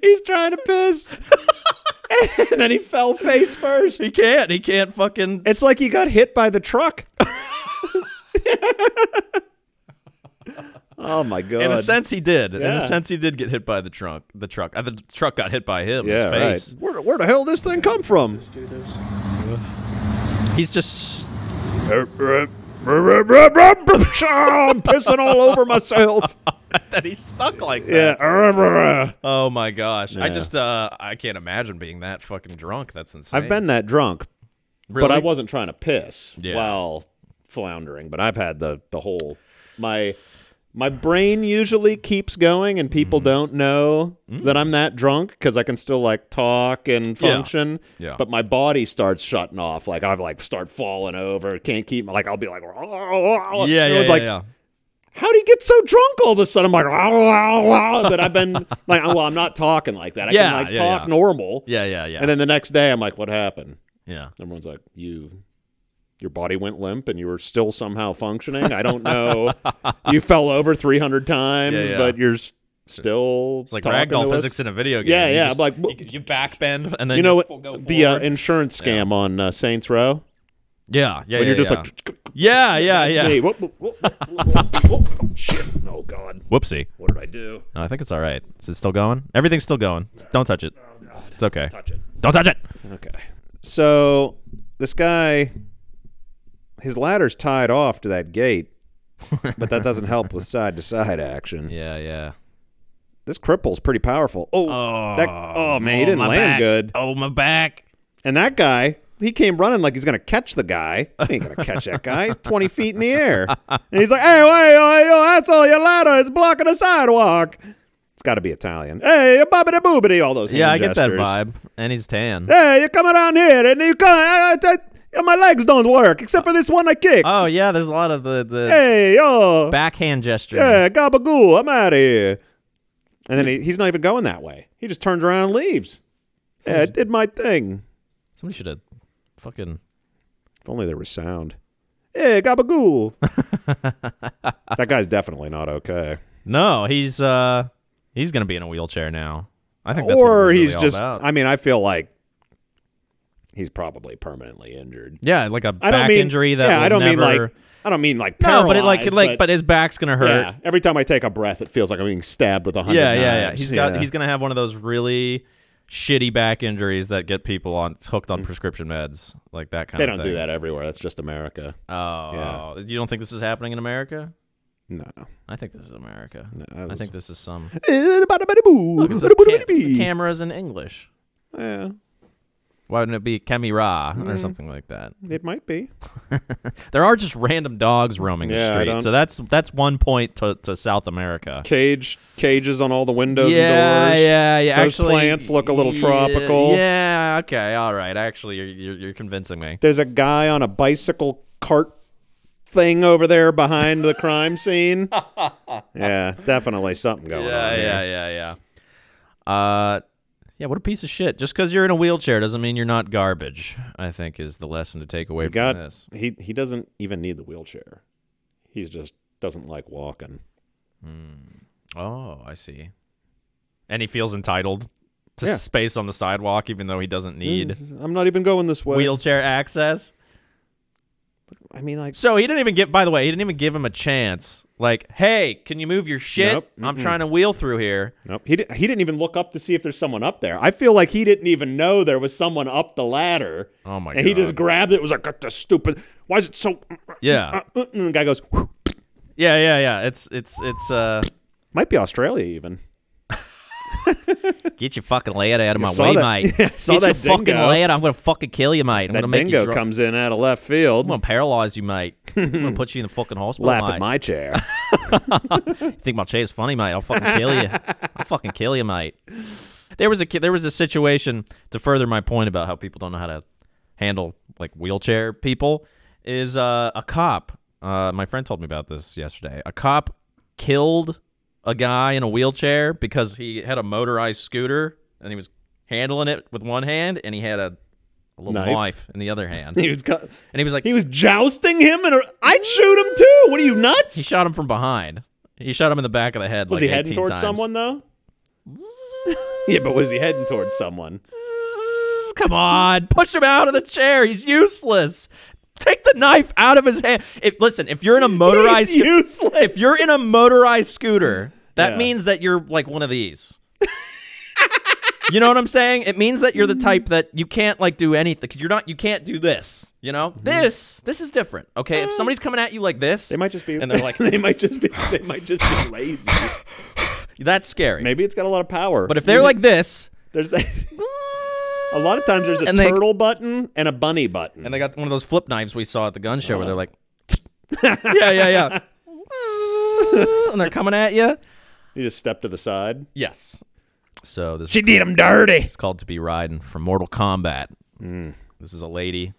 [SPEAKER 2] He's trying to piss. and then he fell face first.
[SPEAKER 1] He can't. He can't fucking.
[SPEAKER 2] It's like he got hit by the truck. oh my god.
[SPEAKER 1] in a sense, he did. In
[SPEAKER 2] Yeah.
[SPEAKER 1] a sense, he did get hit by the trunk. The truck. Uh, the truck got hit by him.
[SPEAKER 2] yeah,
[SPEAKER 1] his face.
[SPEAKER 2] right. Where, where the hell did this thing come from?
[SPEAKER 1] He's just.
[SPEAKER 2] I'm pissing all over myself.
[SPEAKER 1] That he's stuck like that.
[SPEAKER 2] Yeah.
[SPEAKER 1] Oh my gosh. I
[SPEAKER 2] Yeah.
[SPEAKER 1] just. Uh, I can't imagine being that fucking drunk. That's insane.
[SPEAKER 2] I've been that drunk,
[SPEAKER 1] Really?
[SPEAKER 2] but I wasn't trying to piss
[SPEAKER 1] Yeah.
[SPEAKER 2] while floundering. But I've had the the whole my my brain usually keeps going, and people
[SPEAKER 1] Mm-hmm.
[SPEAKER 2] don't know that I'm that drunk because I can still like talk and
[SPEAKER 1] Yeah.
[SPEAKER 2] function.
[SPEAKER 1] Yeah.
[SPEAKER 2] But my body starts shutting off. Like I've like start falling over. Can't keep like I'll be like yeah
[SPEAKER 1] Yeah, yeah,
[SPEAKER 2] It's
[SPEAKER 1] yeah,
[SPEAKER 2] like
[SPEAKER 1] yeah.
[SPEAKER 2] how do you get so drunk all of a sudden? I'm like, "Ah, ah, ah," but I've been like, well, I'm not talking like that. I
[SPEAKER 1] Yeah,
[SPEAKER 2] can like
[SPEAKER 1] yeah,
[SPEAKER 2] talk
[SPEAKER 1] yeah.
[SPEAKER 2] normal.
[SPEAKER 1] Yeah, yeah, yeah.
[SPEAKER 2] And then the next day, I'm like, what happened?
[SPEAKER 1] yeah.
[SPEAKER 2] Everyone's like, you, your body went limp and you were still somehow functioning. I don't know. you fell over 300 times,
[SPEAKER 1] Yeah, yeah.
[SPEAKER 2] but you're s- still.
[SPEAKER 1] It's like
[SPEAKER 2] talking to
[SPEAKER 1] ragdoll
[SPEAKER 2] us.
[SPEAKER 1] physics in a video game.
[SPEAKER 2] Yeah,
[SPEAKER 1] You
[SPEAKER 2] yeah,
[SPEAKER 1] just-
[SPEAKER 2] like,
[SPEAKER 1] you, you back bend and then
[SPEAKER 2] You know
[SPEAKER 1] full-
[SPEAKER 2] what?
[SPEAKER 1] go
[SPEAKER 2] The uh,
[SPEAKER 1] forward.
[SPEAKER 2] insurance scam on uh, Saints Row.
[SPEAKER 1] yeah, yeah.
[SPEAKER 2] When
[SPEAKER 1] yeah,
[SPEAKER 2] you're just
[SPEAKER 1] yeah.
[SPEAKER 2] like,
[SPEAKER 1] yeah, yeah,
[SPEAKER 2] "That's
[SPEAKER 1] yeah.
[SPEAKER 2] me." Whoop, whoop, whoop, whoop, whoop, whoop. Oh, shit. Oh, God.
[SPEAKER 1] Whoopsie.
[SPEAKER 2] What did I do?
[SPEAKER 1] No, I think it's all right. Is it still going? Everything's still going. Don't touch it. It's okay.
[SPEAKER 2] Touch it.
[SPEAKER 1] Don't touch it.
[SPEAKER 2] Okay. So this guy, his ladder's tied off to that gate, but that doesn't help with side to side action.
[SPEAKER 1] Yeah, yeah.
[SPEAKER 2] This cripple's pretty powerful. Oh,
[SPEAKER 1] Oh,
[SPEAKER 2] that, oh man, he didn't
[SPEAKER 1] my
[SPEAKER 2] land
[SPEAKER 1] back.
[SPEAKER 2] good.
[SPEAKER 1] Oh, my back.
[SPEAKER 2] And that guy, he came running like he's gonna catch the guy. He ain't gonna catch that guy. He's twenty feet in the air, and he's like, "Hey, hey, hey, yo, asshole, your ladder is blocking the sidewalk." It's got to be Italian. Hey, bobbity boobity, all those.
[SPEAKER 1] Yeah, I
[SPEAKER 2] hand
[SPEAKER 1] get that
[SPEAKER 2] gestures.
[SPEAKER 1] vibe. And he's tan.
[SPEAKER 2] Hey, you come around here and you come. I, I, I- my legs don't work except for this one I kick.
[SPEAKER 1] Oh yeah, there's a lot of the the
[SPEAKER 2] hey, yo.
[SPEAKER 1] backhand gesture.
[SPEAKER 2] Yeah, gabagoo, I'm out of here. And then he, he's not even going that way. He just turns around and leaves. Yeah, I did my thing.
[SPEAKER 1] Somebody should have fucking.
[SPEAKER 2] If only there was sound. Hey, gabagoo. that guy's definitely not okay.
[SPEAKER 1] No, he's uh he's gonna be in a wheelchair now. I think that's what it was
[SPEAKER 2] Or
[SPEAKER 1] really
[SPEAKER 2] he's
[SPEAKER 1] all
[SPEAKER 2] just,
[SPEAKER 1] about.
[SPEAKER 2] I mean, I feel like he's probably permanently injured.
[SPEAKER 1] yeah, like a
[SPEAKER 2] I
[SPEAKER 1] back
[SPEAKER 2] don't mean
[SPEAKER 1] injury that
[SPEAKER 2] yeah,
[SPEAKER 1] will
[SPEAKER 2] I don't
[SPEAKER 1] never.
[SPEAKER 2] mean like I don't mean like
[SPEAKER 1] no, but it like
[SPEAKER 2] paralyzed,
[SPEAKER 1] like but, his back's gonna hurt.
[SPEAKER 2] Yeah. Every time I take a breath, it feels like I'm being stabbed with a hundred.
[SPEAKER 1] yeah, yeah, yeah.
[SPEAKER 2] knives.
[SPEAKER 1] He's got he's gonna have one of those really shitty back injuries that get people on hooked on prescription meds, like that kind
[SPEAKER 2] Mm. They
[SPEAKER 1] of
[SPEAKER 2] don't
[SPEAKER 1] thing.
[SPEAKER 2] do that everywhere. That's just America.
[SPEAKER 1] Oh, you don't think this is happening in America?
[SPEAKER 2] No.
[SPEAKER 1] I think this is America.
[SPEAKER 2] I
[SPEAKER 1] I
[SPEAKER 2] was-
[SPEAKER 1] think this is some. Look, it's just cam- the
[SPEAKER 2] Yeah.
[SPEAKER 1] cameras in English. Why wouldn't it be camera
[SPEAKER 2] Mm.
[SPEAKER 1] or something like that?
[SPEAKER 2] It might be.
[SPEAKER 1] There are just random dogs roaming
[SPEAKER 2] Yeah, I
[SPEAKER 1] the street,
[SPEAKER 2] don't-
[SPEAKER 1] so that's that's one point to, to South America.
[SPEAKER 2] Cage cages on all the windows
[SPEAKER 1] yeah,
[SPEAKER 2] and doors.
[SPEAKER 1] yeah, yeah.
[SPEAKER 2] Those
[SPEAKER 1] actually,
[SPEAKER 2] plants look a little
[SPEAKER 1] yeah,
[SPEAKER 2] tropical.
[SPEAKER 1] Yeah, okay, all right. Actually, you're you're, you're convincing me.
[SPEAKER 2] There's a guy on a bicycle cart thing over there behind the crime scene. yeah, definitely something going
[SPEAKER 1] Yeah,
[SPEAKER 2] on. here.
[SPEAKER 1] yeah, yeah, yeah. Uh, yeah. What a piece of shit. Just because you're in a wheelchair doesn't mean you're not garbage. I think is the lesson to take away from
[SPEAKER 2] God,
[SPEAKER 1] this.
[SPEAKER 2] he he doesn't even need the wheelchair. He's just doesn't like walking.
[SPEAKER 1] Oh, I see. And he feels entitled to
[SPEAKER 2] Yeah. Mm,
[SPEAKER 1] space on the sidewalk, even though he doesn't need
[SPEAKER 2] I'm not even going this way.
[SPEAKER 1] wheelchair access.
[SPEAKER 2] I mean, like,
[SPEAKER 1] So he didn't even get. By the way, he didn't even give him a chance. Like, hey, can you move your shit?
[SPEAKER 2] Nope,
[SPEAKER 1] I'm trying to wheel through here.
[SPEAKER 2] nope. He di- he didn't even look up to see if there's someone up there. I feel like he didn't even know there was someone up the ladder.
[SPEAKER 1] Oh my
[SPEAKER 2] and he just
[SPEAKER 1] God.
[SPEAKER 2] grabbed it. Was like, "Got the stupid. Why is it so?
[SPEAKER 1] Yeah,
[SPEAKER 2] Uh, uh," and the guy goes, "Whew."
[SPEAKER 1] yeah, yeah, yeah. It's it's it's uh.
[SPEAKER 2] might be Australia even.
[SPEAKER 1] Get your fucking lad out of my
[SPEAKER 2] saw
[SPEAKER 1] way,
[SPEAKER 2] that-
[SPEAKER 1] mate.
[SPEAKER 2] Yeah, I saw
[SPEAKER 1] Get your
[SPEAKER 2] that
[SPEAKER 1] fucking
[SPEAKER 2] dingo.
[SPEAKER 1] lad. I'm gonna fucking kill you, mate. I'm
[SPEAKER 2] That
[SPEAKER 1] gonna make
[SPEAKER 2] dingo
[SPEAKER 1] you. Dr-
[SPEAKER 2] comes in out of left
[SPEAKER 1] I'm
[SPEAKER 2] field.
[SPEAKER 1] gonna paralyze you, mate. I'm gonna put you in the fucking hospital.
[SPEAKER 2] Laugh
[SPEAKER 1] mate.
[SPEAKER 2] at my chair.
[SPEAKER 1] You think my chair's funny, mate? I'll fucking kill you. I'll fucking kill you, mate. There was a ki- there was a situation to further my point about how people don't know how to handle like wheelchair people. Is uh, a cop? Uh, my friend told me about this yesterday. A cop killed a guy in a wheelchair because he had a motorized scooter and he was handling it with one hand and he had a a little
[SPEAKER 2] Knife.
[SPEAKER 1] knife, in the other hand.
[SPEAKER 2] He was cu-
[SPEAKER 1] and he was like,
[SPEAKER 2] he was jousting him, and I'd shoot him too. What are you nuts?
[SPEAKER 1] He shot him from behind. He shot him in the back of the head.
[SPEAKER 2] was
[SPEAKER 1] like
[SPEAKER 2] he heading
[SPEAKER 1] 18 times.
[SPEAKER 2] towards someone though? yeah, but was he heading towards someone?
[SPEAKER 1] Come on, push him out of the chair. He's useless. Take the knife out of his hand. If listen, if you're in a motorized,
[SPEAKER 2] He's useless.
[SPEAKER 1] if you're in a motorized scooter, that
[SPEAKER 2] Yeah.
[SPEAKER 1] means that you're like one of these. you know what I'm saying? It means that you're the type that you can't like do anything. 'cause You're not. You can't do this. You know this. This is different. Okay, if somebody's coming at you like this,
[SPEAKER 2] Mm-hmm. Uh, they might just be,
[SPEAKER 1] and they're like,
[SPEAKER 2] they might just be, they might just be lazy.
[SPEAKER 1] that's scary.
[SPEAKER 2] Maybe it's got a lot of power.
[SPEAKER 1] But if they're like this,
[SPEAKER 2] there's a lot of times there's a
[SPEAKER 1] And they-
[SPEAKER 2] turtle button and a bunny button.
[SPEAKER 1] And they got one of those flip knives we saw at the gun show where they're like, yeah, yeah, yeah. and they're coming at you.
[SPEAKER 2] you just step to the side.
[SPEAKER 1] Yes. So this
[SPEAKER 2] She did him dirty.
[SPEAKER 1] is called To Be Riding from Mortal Kombat.
[SPEAKER 2] Mm.
[SPEAKER 1] This is a lady.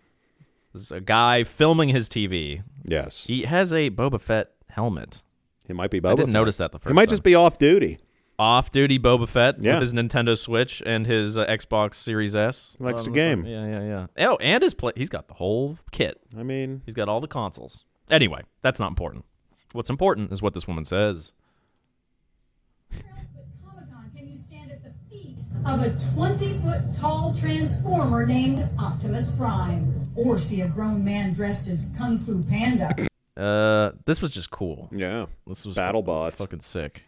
[SPEAKER 1] This is a guy filming his TV.
[SPEAKER 2] Yes, he,
[SPEAKER 1] He has a Boba Fett helmet.
[SPEAKER 2] might be
[SPEAKER 1] I
[SPEAKER 2] Boba.
[SPEAKER 1] didn't
[SPEAKER 2] Fett.
[SPEAKER 1] notice that the first
[SPEAKER 2] He might just be off duty,
[SPEAKER 1] off duty Boba Fett
[SPEAKER 2] Yeah.
[SPEAKER 1] with his Nintendo Switch and his uh, Xbox Series S.
[SPEAKER 2] He likes to
[SPEAKER 1] Um,
[SPEAKER 2] game.
[SPEAKER 1] Yeah, yeah, yeah. Oh, and his play. He's got the whole kit.
[SPEAKER 2] I mean,
[SPEAKER 1] He's got all the consoles. Anyway, that's not important. What's important is what this woman says.
[SPEAKER 3] Prospect Comic-Con can you stand at the feet of a 20-foot tall transformer named Optimus Prime or see a grown man dressed as Kung Fu Panda?
[SPEAKER 1] Uh, this was just cool.
[SPEAKER 2] yeah,
[SPEAKER 1] This was
[SPEAKER 2] battle bots.
[SPEAKER 1] fucking sick.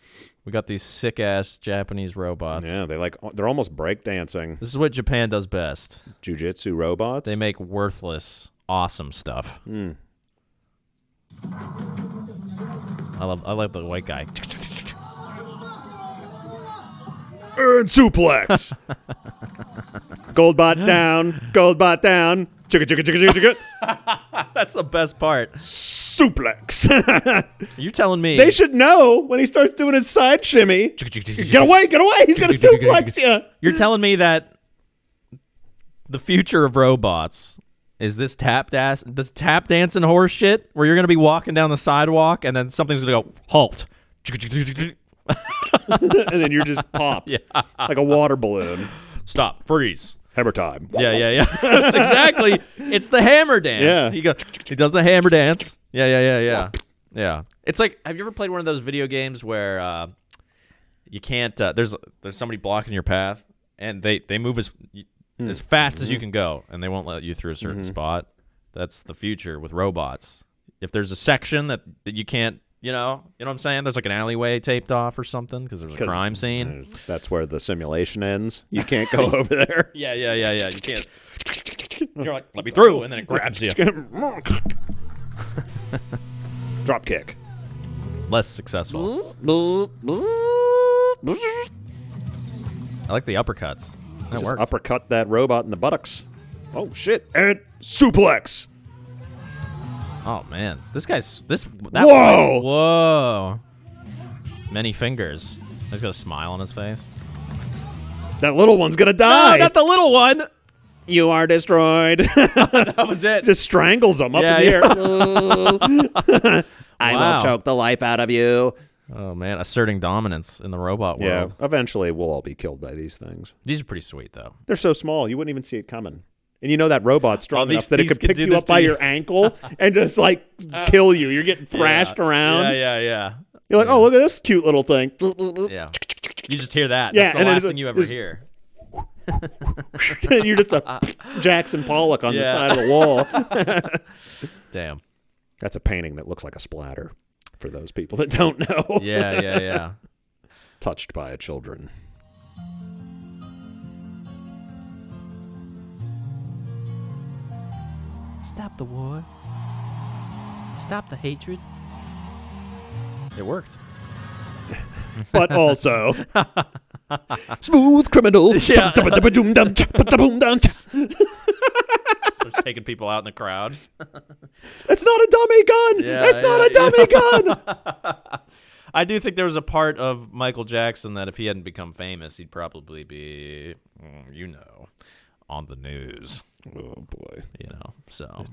[SPEAKER 1] We got these sick ass Japanese robots.
[SPEAKER 2] Yeah, they like they're almost breakdancing
[SPEAKER 1] This is what Japan does best.
[SPEAKER 2] jujitsu robots.
[SPEAKER 1] They make worthless, awesome stuff.
[SPEAKER 2] Hmm.
[SPEAKER 1] I love, I love the white guy.
[SPEAKER 2] and suplex. Goldbot down, Goldbot down. Chicka chicka chicka chicka chicka.
[SPEAKER 1] That's the best part.
[SPEAKER 2] suplex.
[SPEAKER 1] You're telling me
[SPEAKER 2] they should know when he starts doing his side shimmy. Get away, get away. He's going to suplex you.
[SPEAKER 1] You're telling me that the future of robots is this tap dance, this tap dancing horse shit, where you're gonna be walking down the sidewalk and then something's gonna go halt.
[SPEAKER 2] And then you're just popped like a water balloon.
[SPEAKER 1] Stop. Freeze.
[SPEAKER 2] Hammer time.
[SPEAKER 1] Yeah, yeah, yeah. That's exactly. It's the hammer dance.
[SPEAKER 2] Yeah.
[SPEAKER 1] He go, He does the hammer dance. Yeah, yeah, yeah, yeah. Yeah. It's like, have you ever played one of those video games where uh, you can't? Uh, there's there's somebody blocking your path, and they they move as as fast as you can go, and they won't let you through a certain spot. That's the future with robots. If there's a section that, that you can't, you know, you know what I'm saying? There's like an alleyway taped off or something because there's a crime scene.
[SPEAKER 2] That's where the simulation ends. You can't go over there.
[SPEAKER 1] Yeah, yeah, yeah, yeah. You can't. You're like, let me through, and then it grabs you.
[SPEAKER 2] Drop kick.
[SPEAKER 1] Less successful. I like the uppercuts. That
[SPEAKER 2] Just
[SPEAKER 1] works.
[SPEAKER 2] uppercut that robot in the buttocks. Oh shit! And suplex.
[SPEAKER 1] oh man, this guy's this. That
[SPEAKER 2] Whoa!
[SPEAKER 1] whoa! Many fingers. He's got a smile on his face.
[SPEAKER 2] That little one's gonna
[SPEAKER 1] Oh,
[SPEAKER 2] die.
[SPEAKER 1] not the little one.
[SPEAKER 2] you are destroyed.
[SPEAKER 1] That was it.
[SPEAKER 2] Just strangles him up
[SPEAKER 1] Yeah,
[SPEAKER 2] in the air. I
[SPEAKER 1] Wow.
[SPEAKER 2] the life out of you.
[SPEAKER 1] oh man, asserting dominance in the robot
[SPEAKER 2] Yeah.
[SPEAKER 1] world.
[SPEAKER 2] Eventually, we'll all be killed by these things.
[SPEAKER 1] These are pretty sweet though.
[SPEAKER 2] They're so small, you wouldn't even see it coming. And you know that robot's strong
[SPEAKER 1] Oh, these-
[SPEAKER 2] enough that it
[SPEAKER 1] these
[SPEAKER 2] could
[SPEAKER 1] could
[SPEAKER 2] pick
[SPEAKER 1] do
[SPEAKER 2] you
[SPEAKER 1] this
[SPEAKER 2] up
[SPEAKER 1] to
[SPEAKER 2] by
[SPEAKER 1] you. Uh,
[SPEAKER 2] your ankle and just like kill you. You're getting thrashed
[SPEAKER 1] Yeah.
[SPEAKER 2] around.
[SPEAKER 1] Yeah, yeah,
[SPEAKER 2] You're like, oh, look at this cute little thing.
[SPEAKER 1] yeah. Yeah. You just hear that.
[SPEAKER 2] Yeah,
[SPEAKER 1] That's the
[SPEAKER 2] and it
[SPEAKER 1] last
[SPEAKER 2] is a-
[SPEAKER 1] thing you ever
[SPEAKER 2] is-
[SPEAKER 1] hear.
[SPEAKER 2] You're just a Jackson Pollock on the
[SPEAKER 1] Yeah.
[SPEAKER 2] side of the wall.
[SPEAKER 1] Damn.
[SPEAKER 2] That's a painting that looks like a splatter for those people that don't know.
[SPEAKER 1] Yeah, yeah, yeah.
[SPEAKER 2] Touched by a children.
[SPEAKER 1] Stop the war. Stop the hatred. It worked.
[SPEAKER 2] But also smooth criminal. It's
[SPEAKER 1] They're taking people out in the crowd.
[SPEAKER 2] not a dummy gun.
[SPEAKER 1] Yeah,
[SPEAKER 2] it's not
[SPEAKER 1] yeah,
[SPEAKER 2] a dummy gun.
[SPEAKER 1] I do think there was a part of Michael Jackson that if he hadn't become famous, he'd probably be, mm, you know, on the news.
[SPEAKER 2] Oh boy.
[SPEAKER 1] You know, so.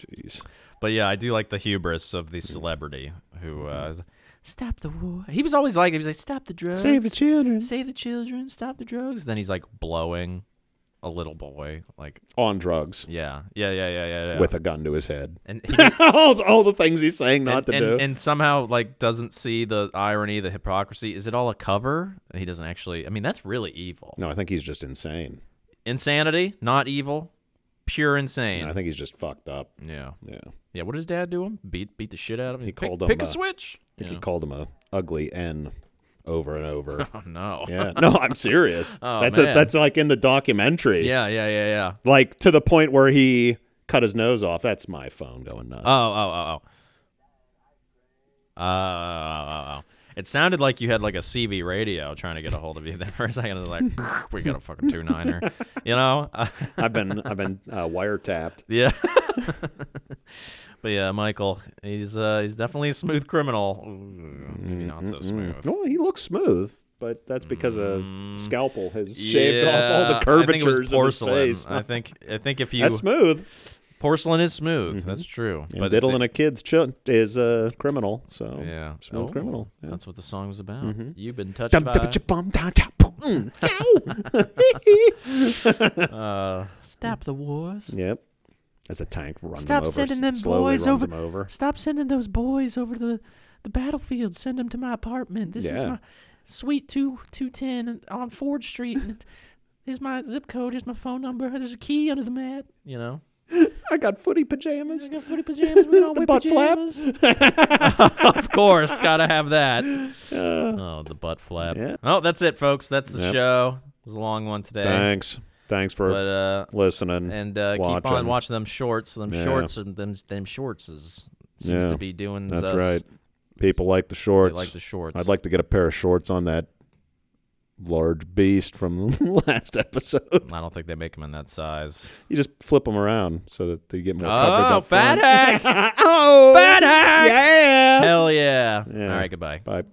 [SPEAKER 2] Jeez.
[SPEAKER 1] But yeah, I do like the hubris of the celebrity who uh,
[SPEAKER 2] Mm-hmm.
[SPEAKER 1] is, stop the war. He was always like, he was like, stop the drugs,
[SPEAKER 2] Save the children.
[SPEAKER 1] save the children, stop the drugs. Then he's like blowing a little boy. Like,
[SPEAKER 2] on drugs
[SPEAKER 1] yeah, yeah, yeah, yeah, yeah. yeah.
[SPEAKER 2] with a gun to his head.
[SPEAKER 1] and he,
[SPEAKER 2] all, the- all the things he's saying not
[SPEAKER 1] and,
[SPEAKER 2] to
[SPEAKER 1] and,
[SPEAKER 2] do.
[SPEAKER 1] and somehow like doesn't see the irony, the hypocrisy. Is it all a cover? He doesn't actually. I mean, that's really evil.
[SPEAKER 2] no, I think he's just insane.
[SPEAKER 1] Insanity, not evil, pure insane.
[SPEAKER 2] I think he's just fucked up.
[SPEAKER 1] yeah,
[SPEAKER 2] Yeah, I
[SPEAKER 1] yeah. What does Dad do him? Beat beat the shit out of him. He pick,
[SPEAKER 2] called him,
[SPEAKER 1] pick a
[SPEAKER 2] uh,
[SPEAKER 1] switch.
[SPEAKER 2] think
[SPEAKER 1] You
[SPEAKER 2] he
[SPEAKER 1] know?
[SPEAKER 2] called him a ugly N over and over.
[SPEAKER 1] oh no.
[SPEAKER 2] yeah, no, I'm serious.
[SPEAKER 1] Oh,
[SPEAKER 2] that's A,
[SPEAKER 1] man.
[SPEAKER 2] that's like in the documentary.
[SPEAKER 1] yeah, yeah, yeah, yeah.
[SPEAKER 2] like to the point where he cut his nose off. That's my phone going nuts.
[SPEAKER 1] Oh, oh, oh, oh. Oh, oh, oh, oh. It sounded like you had like a CV radio trying to get a hold of you there for a second. It was like, we got a fucking two niner. You know? Uh,
[SPEAKER 2] I've been I've been uh, wiretapped.
[SPEAKER 1] yeah. but yeah, Michael, he's uh, he's definitely a smooth criminal. Ooh, Maybe not so smooth.
[SPEAKER 2] Well, he looks smooth, but that's because a scalpel has shaved off all the
[SPEAKER 1] Mm. Yeah, I think it was
[SPEAKER 2] curvatures of his
[SPEAKER 1] porcelain.
[SPEAKER 2] face.
[SPEAKER 1] I think I think if you
[SPEAKER 2] that's smooth.
[SPEAKER 1] porcelain is smooth. That's true.
[SPEAKER 2] Mm-hmm. And
[SPEAKER 1] but if
[SPEAKER 2] diddling
[SPEAKER 1] they-
[SPEAKER 2] a kid's chun is a criminal. So
[SPEAKER 1] yeah,
[SPEAKER 2] smooth
[SPEAKER 1] Oh,
[SPEAKER 2] criminal. Yeah. Mm-hmm.
[SPEAKER 1] That's what the song was about. You've been touched
[SPEAKER 2] Dum,
[SPEAKER 1] by.
[SPEAKER 2] dum, cha, bum, dum, cha, boom, mm, ow.
[SPEAKER 1] Uh, stop the wars.
[SPEAKER 2] Yep. As a tank runs
[SPEAKER 1] Stop
[SPEAKER 2] him over,
[SPEAKER 1] sending them
[SPEAKER 2] s- slowly
[SPEAKER 1] boys
[SPEAKER 2] runs
[SPEAKER 1] over-
[SPEAKER 2] him over.
[SPEAKER 1] Stop sending those boys over to the, the battlefield. Send them to my apartment. This is
[SPEAKER 2] Yeah.
[SPEAKER 1] my suite two two ten on Ford Street. And here's my zip code. Here's my phone number. There's a key under the mat. You know,
[SPEAKER 2] I got footy pajamas.
[SPEAKER 1] I got footy pajamas. We don't
[SPEAKER 2] The
[SPEAKER 1] wear
[SPEAKER 2] butt flap.
[SPEAKER 1] pajamas. of course, gotta have that. oh, the butt flap.
[SPEAKER 2] Yeah.
[SPEAKER 1] Oh, that's it, folks. That's the
[SPEAKER 2] Yep.
[SPEAKER 1] show. It was a long one today,
[SPEAKER 2] Thanks. Thanks for
[SPEAKER 1] but uh,
[SPEAKER 2] listening.
[SPEAKER 1] and uh, keep
[SPEAKER 2] watching.
[SPEAKER 1] on watching them shorts. Them
[SPEAKER 2] Yeah.
[SPEAKER 1] shorts and them them shorts is seems
[SPEAKER 2] Yeah.
[SPEAKER 1] to be doing.
[SPEAKER 2] That's
[SPEAKER 1] us.
[SPEAKER 2] right. People like the
[SPEAKER 1] They
[SPEAKER 2] shorts.
[SPEAKER 1] like the shorts.
[SPEAKER 2] I'd like to get a pair of shorts on that large beast from the last episode.
[SPEAKER 1] I don't think they make them in that size.
[SPEAKER 2] You just flip them around so that they get more coverage.
[SPEAKER 1] Oh,
[SPEAKER 2] up
[SPEAKER 1] fat
[SPEAKER 2] front.
[SPEAKER 1] hack!
[SPEAKER 2] oh,
[SPEAKER 1] Fat hack!
[SPEAKER 2] yeah.
[SPEAKER 1] Hell yeah.
[SPEAKER 2] Yeah.
[SPEAKER 1] All right, goodbye.
[SPEAKER 2] Bye.